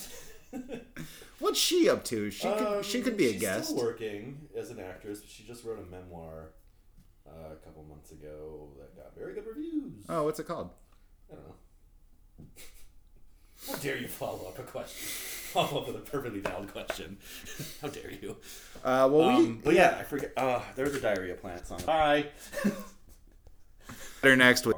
[SPEAKER 2] What's she up to? She
[SPEAKER 1] Um,
[SPEAKER 2] could she could be a
[SPEAKER 1] she's
[SPEAKER 2] guest.
[SPEAKER 1] Still working as an actress, but she just wrote a memoir uh, a couple months ago that got very good reviews.
[SPEAKER 2] Oh, what's it called?
[SPEAKER 1] I don't know. How dare you follow up a question? Follow up with a perfectly valid question. [LAUGHS] How dare you?
[SPEAKER 2] Uh, well,
[SPEAKER 1] Um, but [LAUGHS] yeah, I forget. Uh, there was a diarrhea plant song. Bye.
[SPEAKER 2] we better next week.